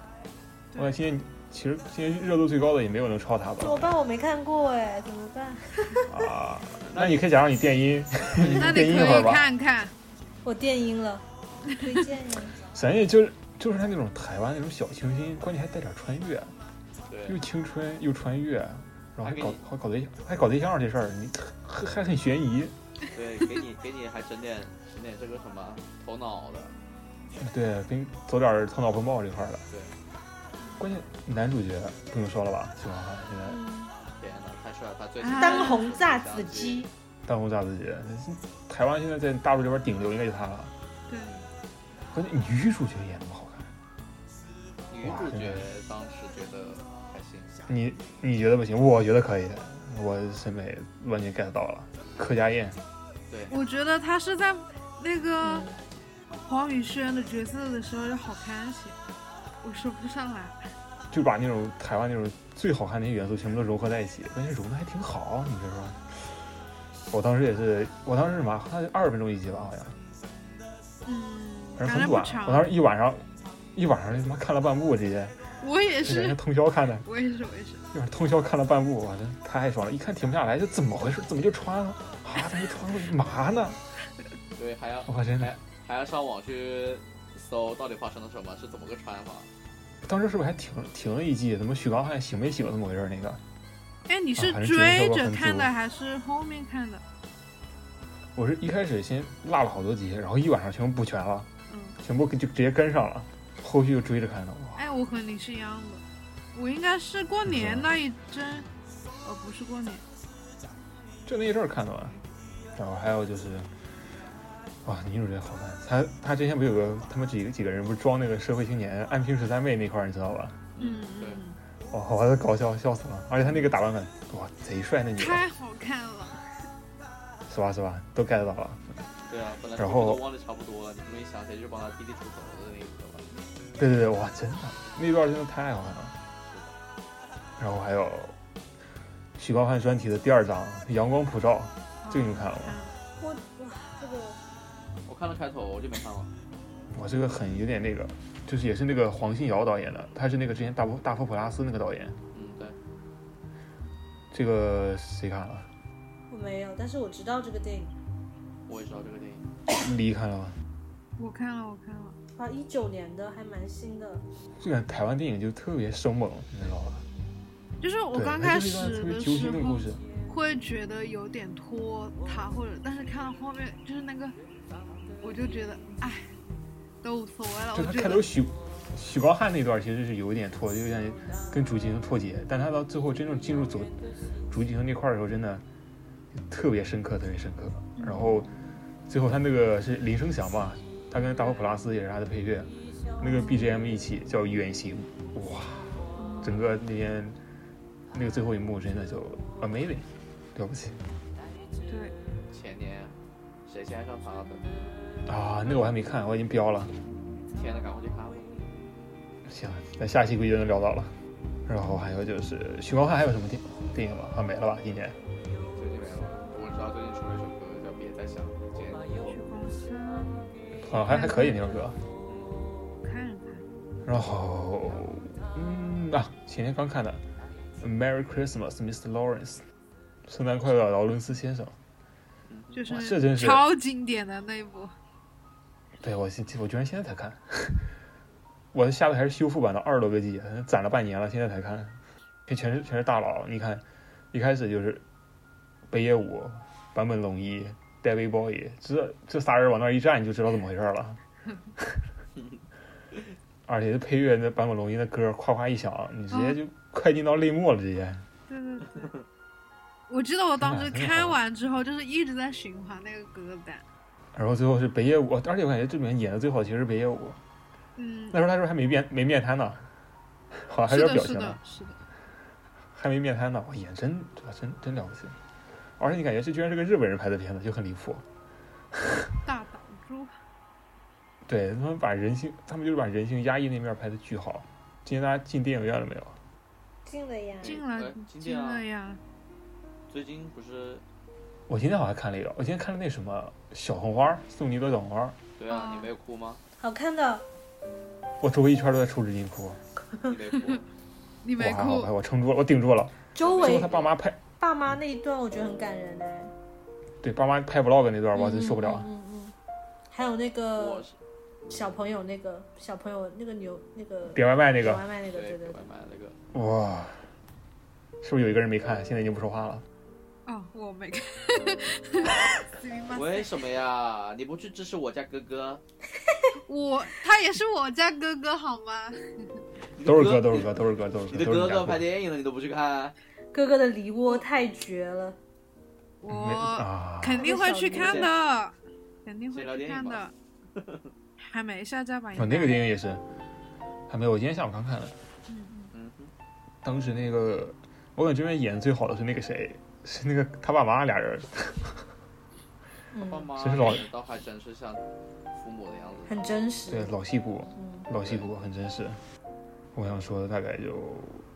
B: 我看现在其实现在热度最高的也没有能超它
D: 怎么
B: 的
D: 办？我没看过哎，怎么办？
B: 啊。那你可以假装你电音，
C: 那
B: 电
C: 你
B: 音一会
C: 可
B: 儿
C: 以
B: 吧。
C: 看看，
D: 我电音了，推荐 呀。
B: 咱也就是就是他那种台湾那种小清新，关键还带点穿越，又
A: 对，
B: 青春又穿越，然后还
A: 还给
B: 搞
A: 你
B: 还搞对还搞对象这事儿，你还还很悬疑。
A: 对，给 你给你还整点整点这个什么头脑的，
B: 对，给你走点儿头脑风暴这块儿的。
A: 对，
B: 关键男主角不用说了吧，喜欢汉现在
D: 嗯
A: 天呐，太帅了，他最
C: 啊
D: 当红炸子鸡，
B: 当红炸子鸡，台湾现在在大陆这边顶流应该就他了。
C: 对，
B: 关键女主角也那么好看，
A: 女主角当时觉得还行，
B: 你你觉得不行？我觉得可以，我审美完全 get 到了。柯佳燕，
A: 对，
C: 我觉得他是在那个
D: 嗯
C: 黄宇轩的角色的时候就好看些，我说不上来，
B: 就把那种台湾那种最好看的元素全部都融合在一起，关键融的还挺好，你别说。我当时也是，我当时是什么？它二十分钟一集吧，好像，
C: 嗯，
B: 反正
C: 反正
B: 很
C: 不
B: 短。我
C: 长，
B: 当时一晚上，一晚上他妈看了半部，直接
C: 我也
B: 就感觉
C: 是，
B: 通宵看的，
C: 我也是，我也是，
B: 一晚上通宵看了半部，哇，真太爽了！一看停不下来，这怎么回事？怎么就穿了？啊，怎么就穿了？嘛呢？
A: 对，还 要
B: 我真的
A: 还，还要上网去搜到底发生了什么，是怎么个穿法。
B: 当时是不是还停停了一季？怎么许光汉醒没醒？怎么回事？那个
C: 哎，你是
B: 啊还是觉得
C: 追
B: 说
C: 着
B: 很
C: 看的
B: 足
C: 还是后面看的？
B: 我是一开始先落了好多集，然后一晚上全部补全了，
C: 嗯，
B: 全部就直接跟上了，后续又追着看的。哇，
C: 哎，我和你是一样的，我应该是过年那一阵，哦，不是过年，
B: 就那一阵儿看的吧。然后还有就是，哇，女主角好看。她她之前不有个他们几个几个人不是装那个社会青年安平十三妹那块儿，你知道吧？
C: 嗯
A: 对
C: 嗯，
B: 哇，我还搞笑笑死了。而且她那个打扮感，哇，贼帅那女的，
C: 太好看了，
B: 是吧是吧？都 get 到了。
A: 对啊，本来
B: 然
A: 我们
B: 后
A: 都忘得差不多了，你们一想起来就帮他弟弟出头的那个吧。
B: 对对对，哇，真的，那段真的太好看了。然后还有许高汉专题的第二章《阳光普照》，这个你们看了吗？
C: 嗯
D: 我哇，这个
A: 我看了开头，我就没看完。
B: 我这个很有点那个，就是也是那个黄信尧导演的，他是那个之前大佛大佛普拉斯那个导演。
A: 嗯，对，
B: 这个谁看了？
D: 我没有，但是我知道这个电影
A: 我也知道这个电影。
B: 离看了吗？
C: 我看了，我看了。
D: 啊，一九年的还蛮新的。
B: 这个台湾电影就特别生猛，你知道吧？
C: 就是我
B: 对哎
C: 刚
B: 它
C: 开
B: 就是一段
C: 始
B: 特别
C: 的
B: 揪
C: 时
B: 心的
C: 候
B: 故事。
C: 会觉得有点拖沓，或者但是看到后面就是那个，我就觉得哎，都无所谓了。
B: 就
C: 我
B: 他
C: 觉
B: 开
C: 得
B: 头许许光汉那段其实是有一点脱，有点跟主进行脱节，但他到最后真正进入主主进行那块儿的时候，真的特别深刻，特别深刻。然后最后他那个是林声祥吧，他跟大佛普拉斯也是他的配乐，那个 BGM 一起叫《远行》，哇，整个那边那个最后一幕真的就 amazing，了不起
C: 对，
A: 前年谁先爱上他的？
B: 啊！那个我还没看，我已经标了。
A: 天呐，赶快去看吧。
B: 行，那下期估计就能聊到了。然后还有就是许光汉还有什么电电影吗？啊，没了吧？今年
A: 最近没有了，我知道最近出了一首歌叫《别再想》，今年
C: 去公司啊
B: 好像还还可以那首歌。
C: 看一
B: 然后，嗯啊，前天刚看的《Merry Christmas, Mr. Lawrence》，圣诞快乐，劳伦斯先生。
C: 看，就
B: 哇这真
C: 是
B: 是
C: 超经典的那一部。
B: 对我现我居然现在才看，我下的还是修复版的二十多个 G，攒嗯了半年了，现在才看，这全是全是大佬。你看，一开始就是北野武、坂本龙一、David Bowie，这这仨人往那儿一站，你就知道怎么回事了。而且这配乐，那坂本龙一的歌夸夸一响，你直
C: 嗯
B: 接就快进到泪目了，直接。
C: 对对对， 我记得我当时
B: 真的很
C: 看
B: 好
C: 完之后，就是一直在循环那个歌单。
B: 然后最后是北野武，而且我感觉这里面演的最好其实是北野武。
C: 嗯，
B: 那时候他是不是还没面没面瘫呢？ 好像啊还
C: 是
B: 有点
C: 的，
B: 表
C: 是
B: 情呢
C: 的。，是的。
B: 还没面瘫呢，哇，演真哇真真了不起！而且你感觉这居然是个日本人拍的片子，就很离谱。
C: 大岛猪，
B: 对他们把人性，他们就是把人性压抑那面拍的巨好。今天大家进电影院了没有？
D: 进了呀，
C: 进来
A: 哎今
C: 进
A: 天啊
C: 来呀！
A: 最近不是
B: 我今天好像看了一个，我今天看了那什么小红花，宋尼的小红花，
A: 对啊，
C: 啊
A: 你没有哭吗？
D: 好看的，
B: 我周围一圈都在抽纸巾哭，
A: 你得哭。
C: 你
B: 我
C: 没
B: 还好，
C: 哭
B: 还，好我撑住了，我顶住了。
D: 周
B: 最后
D: 围
B: 他爸妈拍，
D: 爸妈那一段我觉得很感人嘞、
B: 对爸妈拍 vlog 那段，我真
D: 嗯
B: 受不了。啊
D: 嗯嗯嗯还有那
A: 我
D: 个
A: 是
D: 小朋友，那个小朋友那个牛那个
B: 点外卖那
D: 嗯点
B: 个，
D: 外卖那个，对
A: 对
D: 对
A: 给
D: 对
A: 外，卖那个，
B: 哇，是不是有一个人没看？现在已经不说话了。
C: 哦，我没看。
A: 为什么呀？你不去支持我家哥哥？
C: 我他也是我家哥哥好吗？
A: 你的
B: 都是哥，都是哥，都是哥，都是
A: 你的
B: 哥，
A: 哥
B: 都是你家
A: 哥
B: 哥
A: 拍
B: 没
A: 电影了，你都不去看？
D: 哥哥的梨窝太绝了，
C: 我
B: 啊，
C: 肯定会去看的，肯定会
A: 谁聊
C: 去
A: 电
C: 看
A: 影
C: 的
A: 吧。
C: 还没下架吧？
B: 哦，那个电影也是，还没有，我今天下午刚看的。
A: 嗯哼，
B: 当时那个，我感觉这边演的最好的是那个谁，是那个他爸妈俩人，
A: 爸
D: 嗯，
A: 妈
B: 谁是老
A: 倒还真是像父母的样子。
D: 很真
B: 对
D: 实，，
B: 老戏骨，
D: 嗯，
B: 老戏骨很真实。我想说的大概就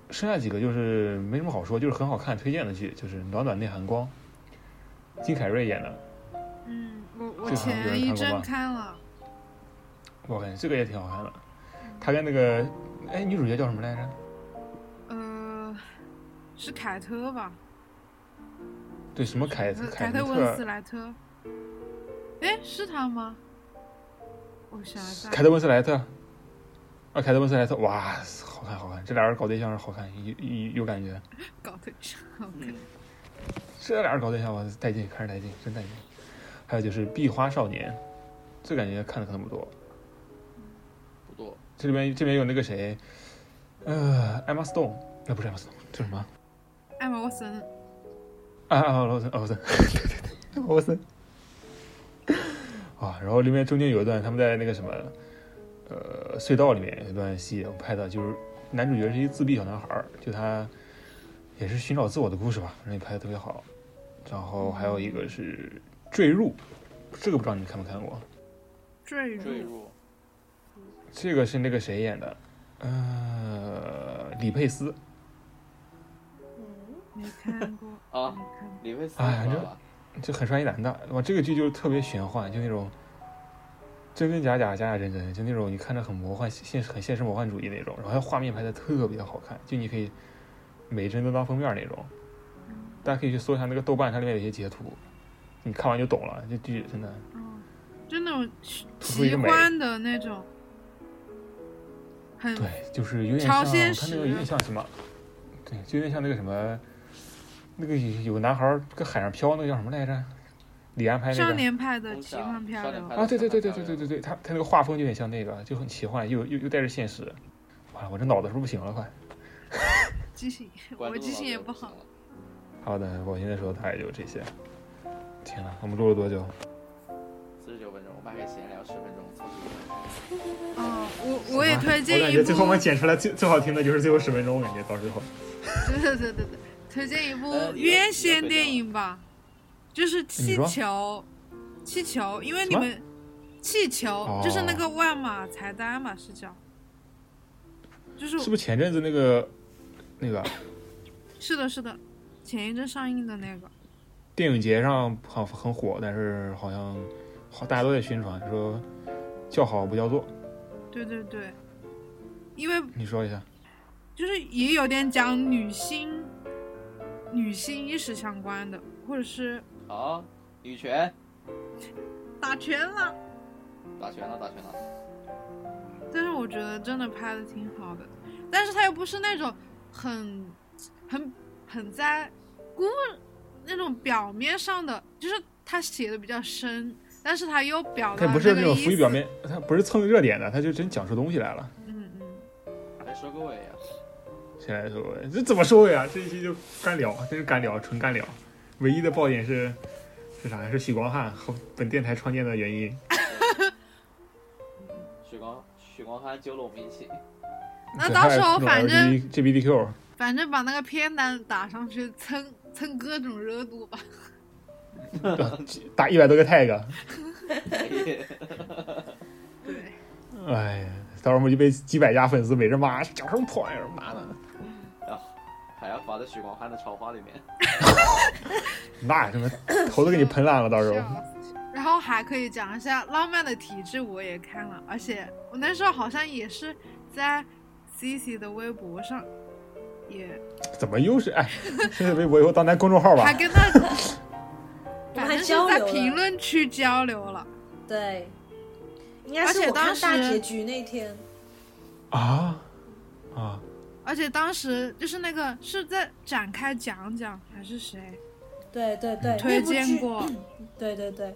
B: 剩下几个就是没什么好说，就是很好看，推荐的剧，就是《暖暖内含光》，金凯瑞演的，
C: 嗯，我我
B: 这好像有
C: 前
B: 人
C: 一
B: 看过
C: 阵
B: 吧
C: 看了，
B: 我感觉这个也挺好看的。他跟那个，哎，女主角叫什么来着？
C: 呃，是凯特吧？
B: 对，什么凯
C: 不是
B: 凯
C: 特
B: 特
C: 温斯莱特。哎，是他吗？我想一下，
B: 凯特温斯莱特，啊，凯特温斯莱特，哇，好看好看，这俩人搞对象是好看，有有有感觉。
C: 搞对象。
A: 嗯，
B: 这俩人搞对象，我带劲，看着带劲，真带劲。还有就是《壁花少年》，这感觉看的可能不多。
A: 不多。
B: 这里边这边有那个谁，呃，Emma Stone，那、不是 Emma Stone，叫什么？
C: 艾玛沃森，
B: 啊啊，罗森，罗森， 对对对，罗森。啊，然后里面中间有一段他们在那个什么，呃，隧道里面有一段戏我拍的，就是男主角是一自闭小男孩儿，就他也是寻找自我的故事吧，反正也拍的特别好。然后还有一个是《坠入》，这个不知道你们看没看过？
C: 坠
A: 坠
C: 入。
A: 入，
B: 这个是那个谁演的？呃，李佩斯。
D: 嗯，
C: 没看过
A: 啊
C: 没看过。
A: 李慧思
B: 哎
A: 知
B: 这
A: 道吧？
B: 就很帅一男的，哇，这个剧就是特别玄幻，就那种真真假假、假假真真，就那种你看着很魔幻、现实很现实魔幻主义那种，然后它画面拍的特别好看，就你可以每帧都当封面那种。大家可以去搜一下那个豆瓣，它里面有一些截图，你看完就懂了，这剧真的
C: 嗯，就那种奇
B: 突出一
C: 奇
B: 个美
C: 观的那种，很
B: 对，就是有点
C: 超
B: 像
C: 现
B: 它那个
C: 实
B: 有点像什么，对，就有点像那个什么，那个有有个男孩儿跟海上漂，那个叫什么来着？李安拍那个
C: 少年派的
A: 风
C: 奇
A: 向
C: 幻漂
A: 少
C: 流
A: 年派。
B: 啊，对对对对对对对对，他他那个画风有点像那个，就很奇幻，又又又带着现实。哇，我这脑子是不行了，快！
C: 记性，
A: 关
C: 我
A: 注
C: 记性
A: 了
C: 也
A: 就
C: 不
A: 行
C: 好。
A: 了。
B: 好的，我现在说的大概就这些。天呐，我们录了多久？
A: 四十九分钟，我们还可以闲聊十分钟。
C: 哦，我我也推
B: 我
C: 荐
B: 感
C: 一
B: 觉
C: 部，
B: 最后我们剪出来最最好听的就是最后十分钟，我感觉到最后。
C: 对对对对对，推荐一
A: 呃
C: 部
A: 你
C: 院
A: 你
C: 线
A: 推荐
C: 电
A: 吗
C: 影吧，就是气
B: 说
C: 球，气球，因为你
B: 什么
C: 们气球就是那
B: 哦
C: 个万马财单嘛，是叫，就是
B: 是不是前阵子那个那个
C: 是的是的，前一阵上映的那个，
B: 电影节上很很火，但是好像好大家都在宣传说叫好不叫座，
C: 对对对，因为
B: 你说一
C: 啊
B: 下。
C: 就是也有点讲女性、女性意识相关的，或者是
A: 好，羽泉
C: 打拳啦。
A: 打拳了，打拳了。
C: 但是我觉得真的拍的挺好的，但是它又不是那种很、很、很在故那种表面上的，就是它写的比较深，但是它又表达
B: 他
C: 了
B: 不是
C: 那
B: 那
C: 个
B: 种
C: 意
B: 浮于
C: 思
B: 表。面，他不是蹭热点的，他就真讲出东西来了。
C: 嗯嗯，
A: 来收个尾呀、
B: 谁来收尾？这怎么收尾啊？这一期就干聊，真是干聊，纯干聊。唯一的爆点是是啥？是许光汉和本电台创建的原因。
A: 许光，许光汉揪了我们一起。
C: 那
B: 对
C: 到时候
B: 还有
C: 反正
B: GBDQ
C: 反正把那个片单打上去，蹭蹭各种热度吧。
B: 打一百多个 tag，
C: 对。
B: 哎呀，到时候我们就被几百家粉丝围着骂，讲什么破玩意儿，妈的，
A: 然后还要发在许光汉的超话里面。
B: 那他妈头都给你喷烂了，到时候
C: 笑死然然后还可以讲一下《浪漫的体质》，我也看了，而且我那时候好像也是在 Cici 的微博上，也
B: 怎么又是哎？现在微博以后当咱公众号吧
C: 还。跟 他
D: 我
C: 反
D: 们还
C: 正是
D: 交
C: 在
D: 流了
C: 评论区交流了。
D: 对，应该
C: 而
D: 是
C: 且
D: 我看
C: 当
D: 大
C: 时
D: 结局那天，
B: 啊啊！
C: 而且当时就是那个是在展开讲讲还是谁
D: 对对对，那
C: 推
D: 部
C: 荐
D: 剧
C: 过？
D: 对对对，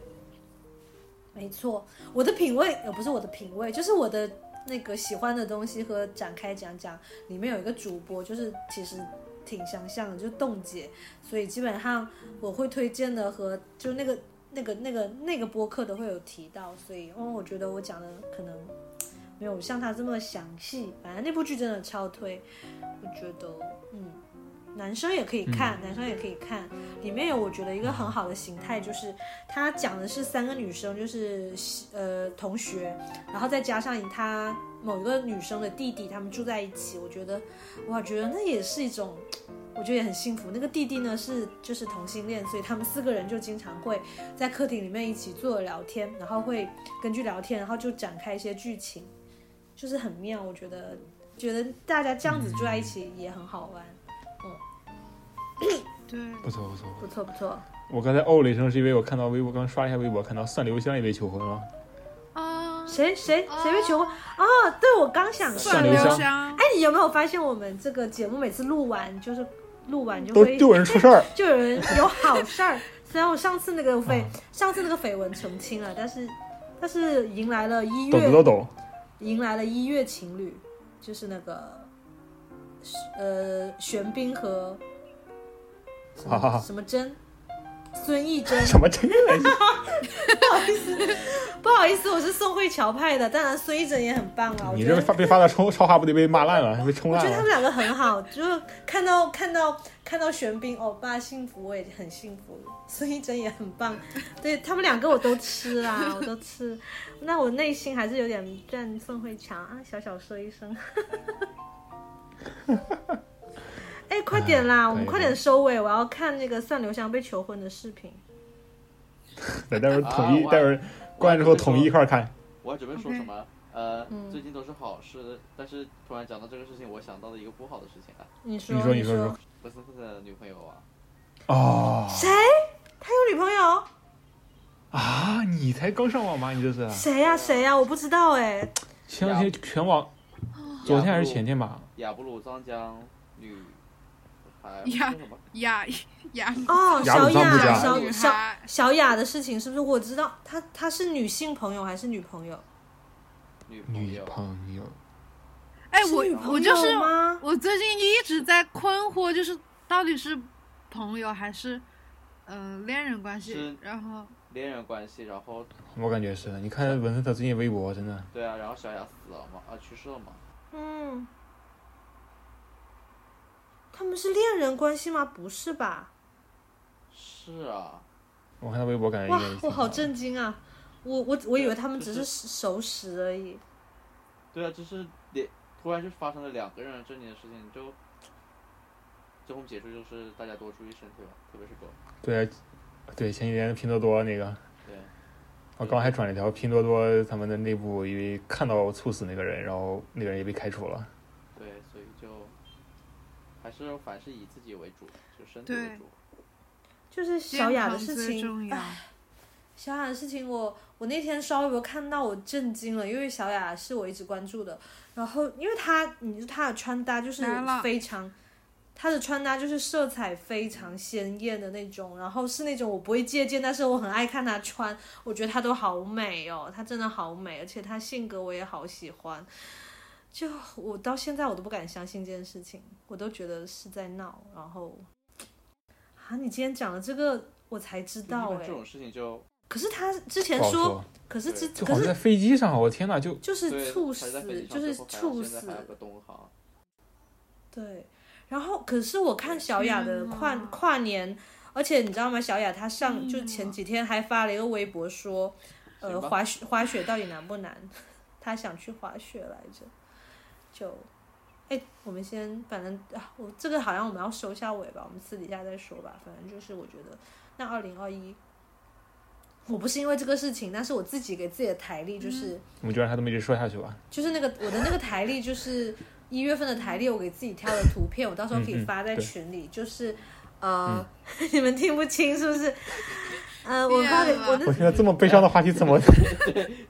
D: 没错，我的品味呃不是我的品味，呃就是我的那个喜欢的东西和展开讲讲，里面有一个主播，就是其实挺相像的，就是冻姐，所以基本上我会推荐的和就那个那个那个那个播客都会有提到，所以嗯，我觉得我讲的可能没有像他这么详细，反正那部剧真的超推，我觉得嗯。男生也可以看，男生也可以看，里面有我觉得一个很好的形态，就是他讲的是三个女生，就是呃同学，然后再加上他某一个女生的弟弟，他们住在一起。我觉得，哇，觉得那也是一种，我觉得也很幸福。那个弟弟呢是就是同性恋，所以他们四个人就经常会在客厅里面一起坐着聊天，然后会根据聊天，然后就展开一些剧情，就是很妙。我觉得，觉得大家这样子住在一起也很好玩，
C: 对，
B: 不错不错。
D: 不错不错。
B: 我刚才哦了一声，是因为我看到微博，刚刷了一下微博，看到蒜刘香也被求婚了。
C: 啊、
D: 谁谁谁被求婚啊？对，我刚想说
C: 蒜
B: 刘
C: 留
B: 香
C: 香，
D: 哎，你有没有发现我们这个节目每次录完就是录完就
B: 都
D: 会
B: 就有人出 事儿，
D: 就有人有好事 儿？虽然我上次那个绯、
B: 啊
D: 上次那个绯闻澄清了，但是但是迎来了一
B: 懂的都
D: 月
B: 懂。
D: 迎来了一月情侣，就是那个呃玄彬和什么、
B: 啊
D: 什么真孙艺珍，
B: 什么这个来 着？
D: 不好意思，我是宋慧乔派的，当然孙艺珍也很棒啊，我
B: 你
D: 觉
B: 这
D: 得
B: 发被发到超超话不得被骂烂了，被冲
D: 我
B: 烂
D: 觉得他们
B: 了。
D: 两个很好，就是看到看到看到玄彬欧巴幸福，我也很幸福，孙艺珍也很棒，对他们两个我都 吃啦，我都吃。那我内心还是有点赞宋慧乔啊，小小说一声。 哎，快点啦！
B: 哎
D: 我们
B: 可以
D: 快点收尾，我要看那个算刘翔被求婚的视频。
B: 对，待会儿统一，
A: 啊
B: 待会儿关完之后统一一块儿看。
A: 我还准备说什么呃
D: 嗯，
A: 最近都是好事，但是突然讲到这个事情，我想到了一个不好的事情啊，
D: 你说，
B: 你说，
D: 你
B: 你说，你说。
A: 文森特的女朋友啊，
B: 哦
D: 谁？他有女朋友？
B: 啊！你才刚上网吗？你这啊是？
D: 谁呀、谁呀、我不知道哎、
B: 前两天全网，
C: 哦
B: 昨天还是前天吧？
A: 亚布鲁藏江女孩
C: 呀
A: 叫什么？
C: 雅雅
D: 哦，
B: 雅
D: 小
B: 鲁藏布
D: 雅，
B: 加
D: 小
C: 女
D: 小
C: 孩
D: 小雅的事情是不是我知道？她她是女性朋友还是女朋友？
A: 女朋
B: 女
A: 友。啊
B: 朋友，
C: 哎，
D: 是
C: 我
D: 女朋
C: 我就是
D: 友吗？
C: 我最近一直在困惑，就是到底是朋友还是嗯、呃恋人关
A: 是
C: 系？然后
A: 恋人关系，然后
B: 我感觉是的。你看文森特最近微博，真的
A: 对啊，然后小雅死了嘛，啊去世了嘛，
D: 嗯，他们是恋人关系吗？不是吧？
A: 是啊，
B: 我看他微博
A: 哎
B: 感觉
D: 哇
B: 应该是，
D: 我好
B: 挺
D: 震惊啊！我我我以为他们只
A: 就是
D: 熟识而已。
A: 对啊，就是连突然就发生了两个人正经的事情，就最后结束就是大家多注意身体吧，特别是狗，
B: 对啊对，前几天拼多多那个，
A: 对，
B: 我刚还转了一条拼多多他们的内部，因为看到猝死那个人，然后那个人也被开除了。
A: 对，所以就还是凡事以自己为主，就身体
C: 对
A: 为主。
D: 就是小
C: 健
D: 雅的
C: 康
D: 事
C: 最重
D: 情，
C: 要
D: 唉小雅的事情我，我那天刷微博看到，我震惊了，因为小雅是我一直关注的。然后，因为她，你她的穿搭就是
C: 来了
D: 非常，她的穿搭就是色彩非常鲜艳的那种，然后是那种我不会借鉴，但是我很爱看她穿，我觉得她都好美哦，她真的好美，而且她性格我也好喜欢。就我到现在我都不敢相信这件事情，我都觉得是在闹。然后，啊，你今天讲了这个，我才知
A: 就一
D: 道
A: 般
D: 哎、
A: 这种事情就
D: 可是他之前
B: 不好
D: 说，
B: 说，
D: 可是之
A: 对
B: 就
D: 可
B: 好像
D: 是
B: 在飞机上，我天呐，就
D: 就是
A: 对
D: 猝
A: 还在
D: 死
A: 飞，机上
D: 就是
A: 最后还要
D: 猝
A: 现
D: 死
A: 在，还有个东航，
D: 对。然后可是我看小雅的
C: 天
D: 跨
C: 呐
D: 跨年，而且你知道吗？小雅她
C: 嗯
D: 上就前几天还发了一个微博说，呃，
A: 行吧
D: 滑雪滑雪到底难不难？ 她想去滑雪来着，就。哎，我们先，反正啊，我这个好像我们要收下尾吧，我们私底下再说吧。反正就是我觉得，那二零二一我不是因为这个事情，但是我自己给自己的台历就是。
B: 我们就让他这么一直说下去吧。
D: 就是那个我的那个台历，就是一月份的台历，我给自己挑的图片，我到时候可
A: 嗯
D: 以发在群里。就是，呃， 你们听不清是不 是？呃，我发给
C: 对啊
D: 我的
B: 我现在这么悲伤的话题怎么？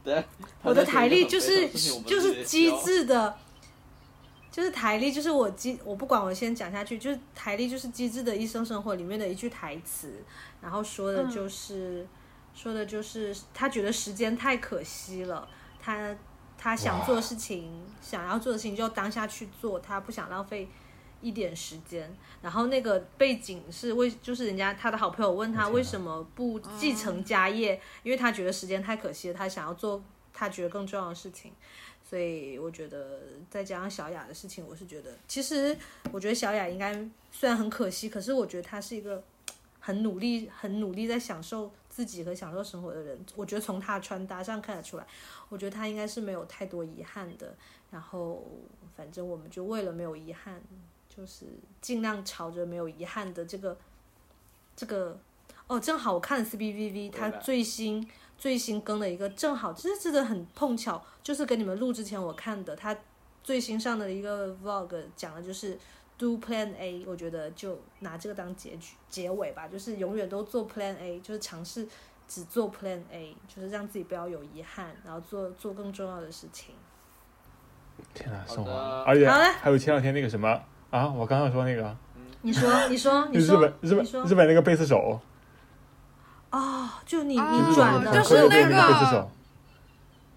A: 对，
D: 我的台历就
A: 他在做
D: 是
A: 一个很悲伤的事情
D: 就是机，智的，就是台历就是我机我不管我先讲下去，就是台历就是《机智的医生生活》里面的一句台词，然后说
C: 嗯
D: 的就是、说的就是他觉得时间太可惜了，他他想做的事情想要做的事情就当下去做，他不想浪费。一点时间，然后那个背景是为，就是人家他的好朋友问他为什么不继承家业，因为他觉得时间太可惜了，他想要做他觉得更重要的事情，所以我觉得再加上小雅的事情，我是觉得其实我觉得小雅应该虽然很可惜，可是我觉得她是一个很努力、很努力在享受自己和享受生活的人。我觉得从她的穿搭上看得出来，我觉得她应该是没有太多遗憾的。然后反正我们就为了没有遗憾，就是尽量朝着没有遗憾的这个这个哦，正好我看了 C B V V
A: 回
D: 它
A: 来
D: 最新最新更了一个，正好这真的很碰巧，就是跟你们录之前我看的，它最新上的一个 vlog 讲的就是 do plan A，我觉得就拿这个当结局结尾吧，就是永远都做 plan A，就是尝试只做 plan A，就是让自己不要有遗憾，然后做做更重要的事情。
B: 天哪，
A: 好的
B: 送我！而且
D: 好嘞
B: 还有前两天那个什么啊，我刚刚说那个
D: 你说，你说，你
B: 日
D: 说
B: 本，日本
D: 你说
B: 日本那个贝斯手，
D: 哦，就你
B: 就
D: 你
B: 是
C: 哦
D: 转的，
B: 很
C: 就是
B: 会
C: 那
B: 有名的
C: 个
B: 贝斯手。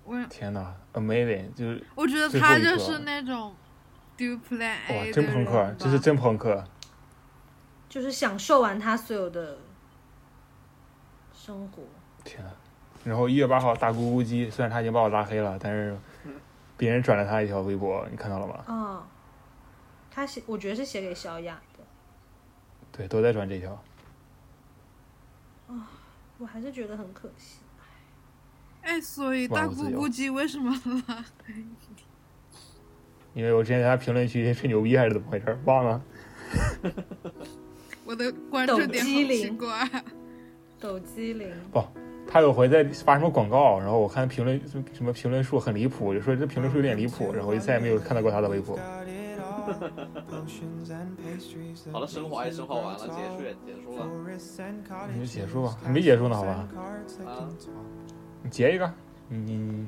C: 我
B: 天哪，amazing！就是
C: 我觉得
B: 最
C: 他
B: 后一
C: 就
B: 个
C: 是那种 do plan
B: 哇
C: A，，
B: 真
C: 的
B: 朋
C: 人
D: 啊
B: 克，这是
C: 吧
B: 真朋克。
D: 就是享受完他所有的生活。
B: 天啊！然后一月八号大咕咕鸡，虽然他已经把我拉黑了，但是别人转了他一条微博，你看到了吗？
D: 哦，他写，我觉得是写给小雅的。
B: 对，都在转这条。
D: 我还是觉得很可惜。
C: 哎，所以
B: 万
C: 大
B: 物自
C: 姑
B: 由
C: 姑鸡为什么 拉？
B: 因为我之前在他评论区吹牛逼还是怎么回事儿，忘了。
C: 我的关注
D: 抖
C: 点好
D: 机
C: 奇
D: 灵
C: 怪。
D: 抖机灵，
B: 他有回在发什么广告，然后我看评论什么评论数很离谱，我就说这评论数有点离
E: 嗯
B: 谱，然后我就再也没有看到过他的微博。
A: 好了，升华也升华完了，结束也结束了，
B: 你就
E: 你就
B: 结
E: 结
B: 束
E: 束
B: 吧
E: 吧，
B: 还
E: 还
B: 没
E: 没
B: 结
E: 结
B: 束
E: 束
B: 呢
E: 呢，
B: 好
E: 好
B: 吧
E: 吧？
A: 啊
B: 你截一个，你、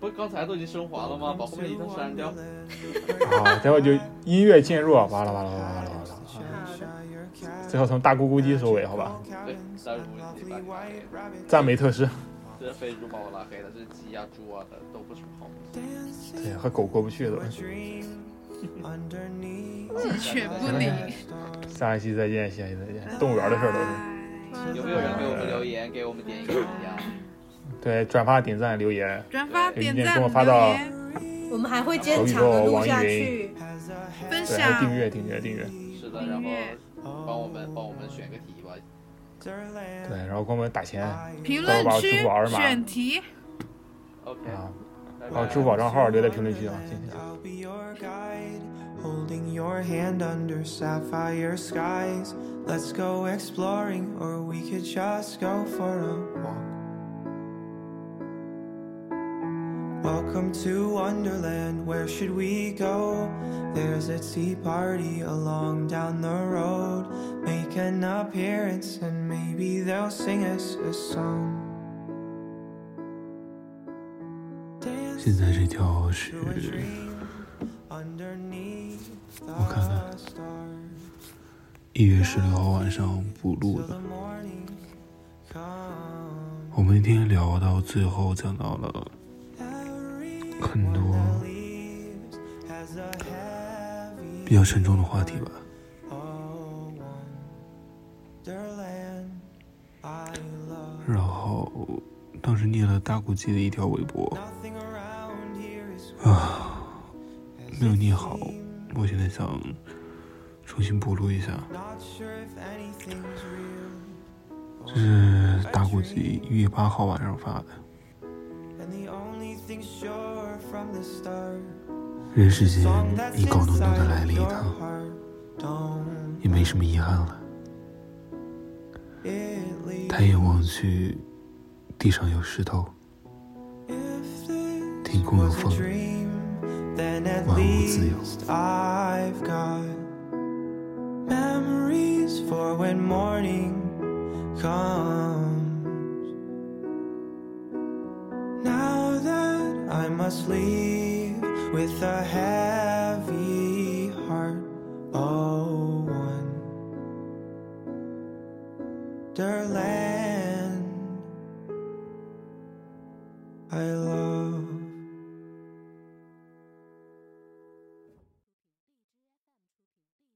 A: 不是刚才都已经升华了吗？把后面一段删掉。
B: 啊，待会儿就音乐渐弱，啊完了完了完了完了完了，
D: 好的，
B: 最后从大咕咕鸡收尾，好吧？
A: 对，但是我自己把你拉黑了，
B: 赞美特师，
A: 这是非猪把我拉黑了，这是鸡啊猪啊的都不是好东西。
B: 对，和狗过不去的。
C: 鸡犬不
B: 行了
C: 宁。
B: 下一期再见，下一期再见。动物园的事儿都是。
C: 哎
A: 有没有人给我们留言，给我们点一个评价？
B: 对，转发、点赞、留言，
C: 转发、
B: 有意
C: 点
B: 见
C: 赞、
B: 跟我发
C: 留
B: 到
C: 言、
D: 我们还会坚强的录下去。
C: 分
B: 对，还有订
C: 享。
B: 阅、订阅、订阅，
A: 是的，然后帮我们帮我们选个题吧。
B: 对，然后给我们打钱啊，
C: 评
B: 帮我
C: 论
B: 把我
C: 区
B: 支付宝二维码
C: 选题，
A: OK，拜
B: 哎然后
A: 拜。
B: 支付宝账号留在评论区啊，谢谢。
E: I'll be your guide, holding your hand under sapphire skies. Let's go exploring, or we could just go for a walk. Welcome to Wonderland, where should we go? There's a tea party along down the road. Make an appearance, and maybe they'll sing us a song. Dance
B: 睡觉
E: to a dream underneath the
B: 看看。
E: stars
B: 一月十六号晚上补录
E: till the morning comes.
B: 我们今天聊到最后，讲到了
E: Everyone
B: 很多
E: that leaves has a heavy
B: 比较沉重的话题吧。
E: oh,
B: 嗯
E: wonderland I love
B: 然后当时念了大古鸡的一条微博，
E: nothing around here is
B: 啊没有念好，我现在想重新补录一下。
E: not sure if anything's real
B: 这是大古鸡一月八号晚上发的。
E: and the only thing sure from the start
B: 人世间，
E: 你
B: 你
E: 搞
B: 搞
E: 懂
B: 懂
E: 懂
B: 懂
E: 的
B: 的来
E: 来了
B: 了
E: 一
B: 一
E: 趟
B: 趟，，也没什么遗憾了。抬
E: 太阳
B: 眼望去，
F: 地上有石头，
E: If this
F: 天空有
E: was
F: 风
E: a，dream, then at
F: 万物自由。
E: least I've got memories for when morning comes. Now that I must leave with a heavy heart, oh wonderland. I love.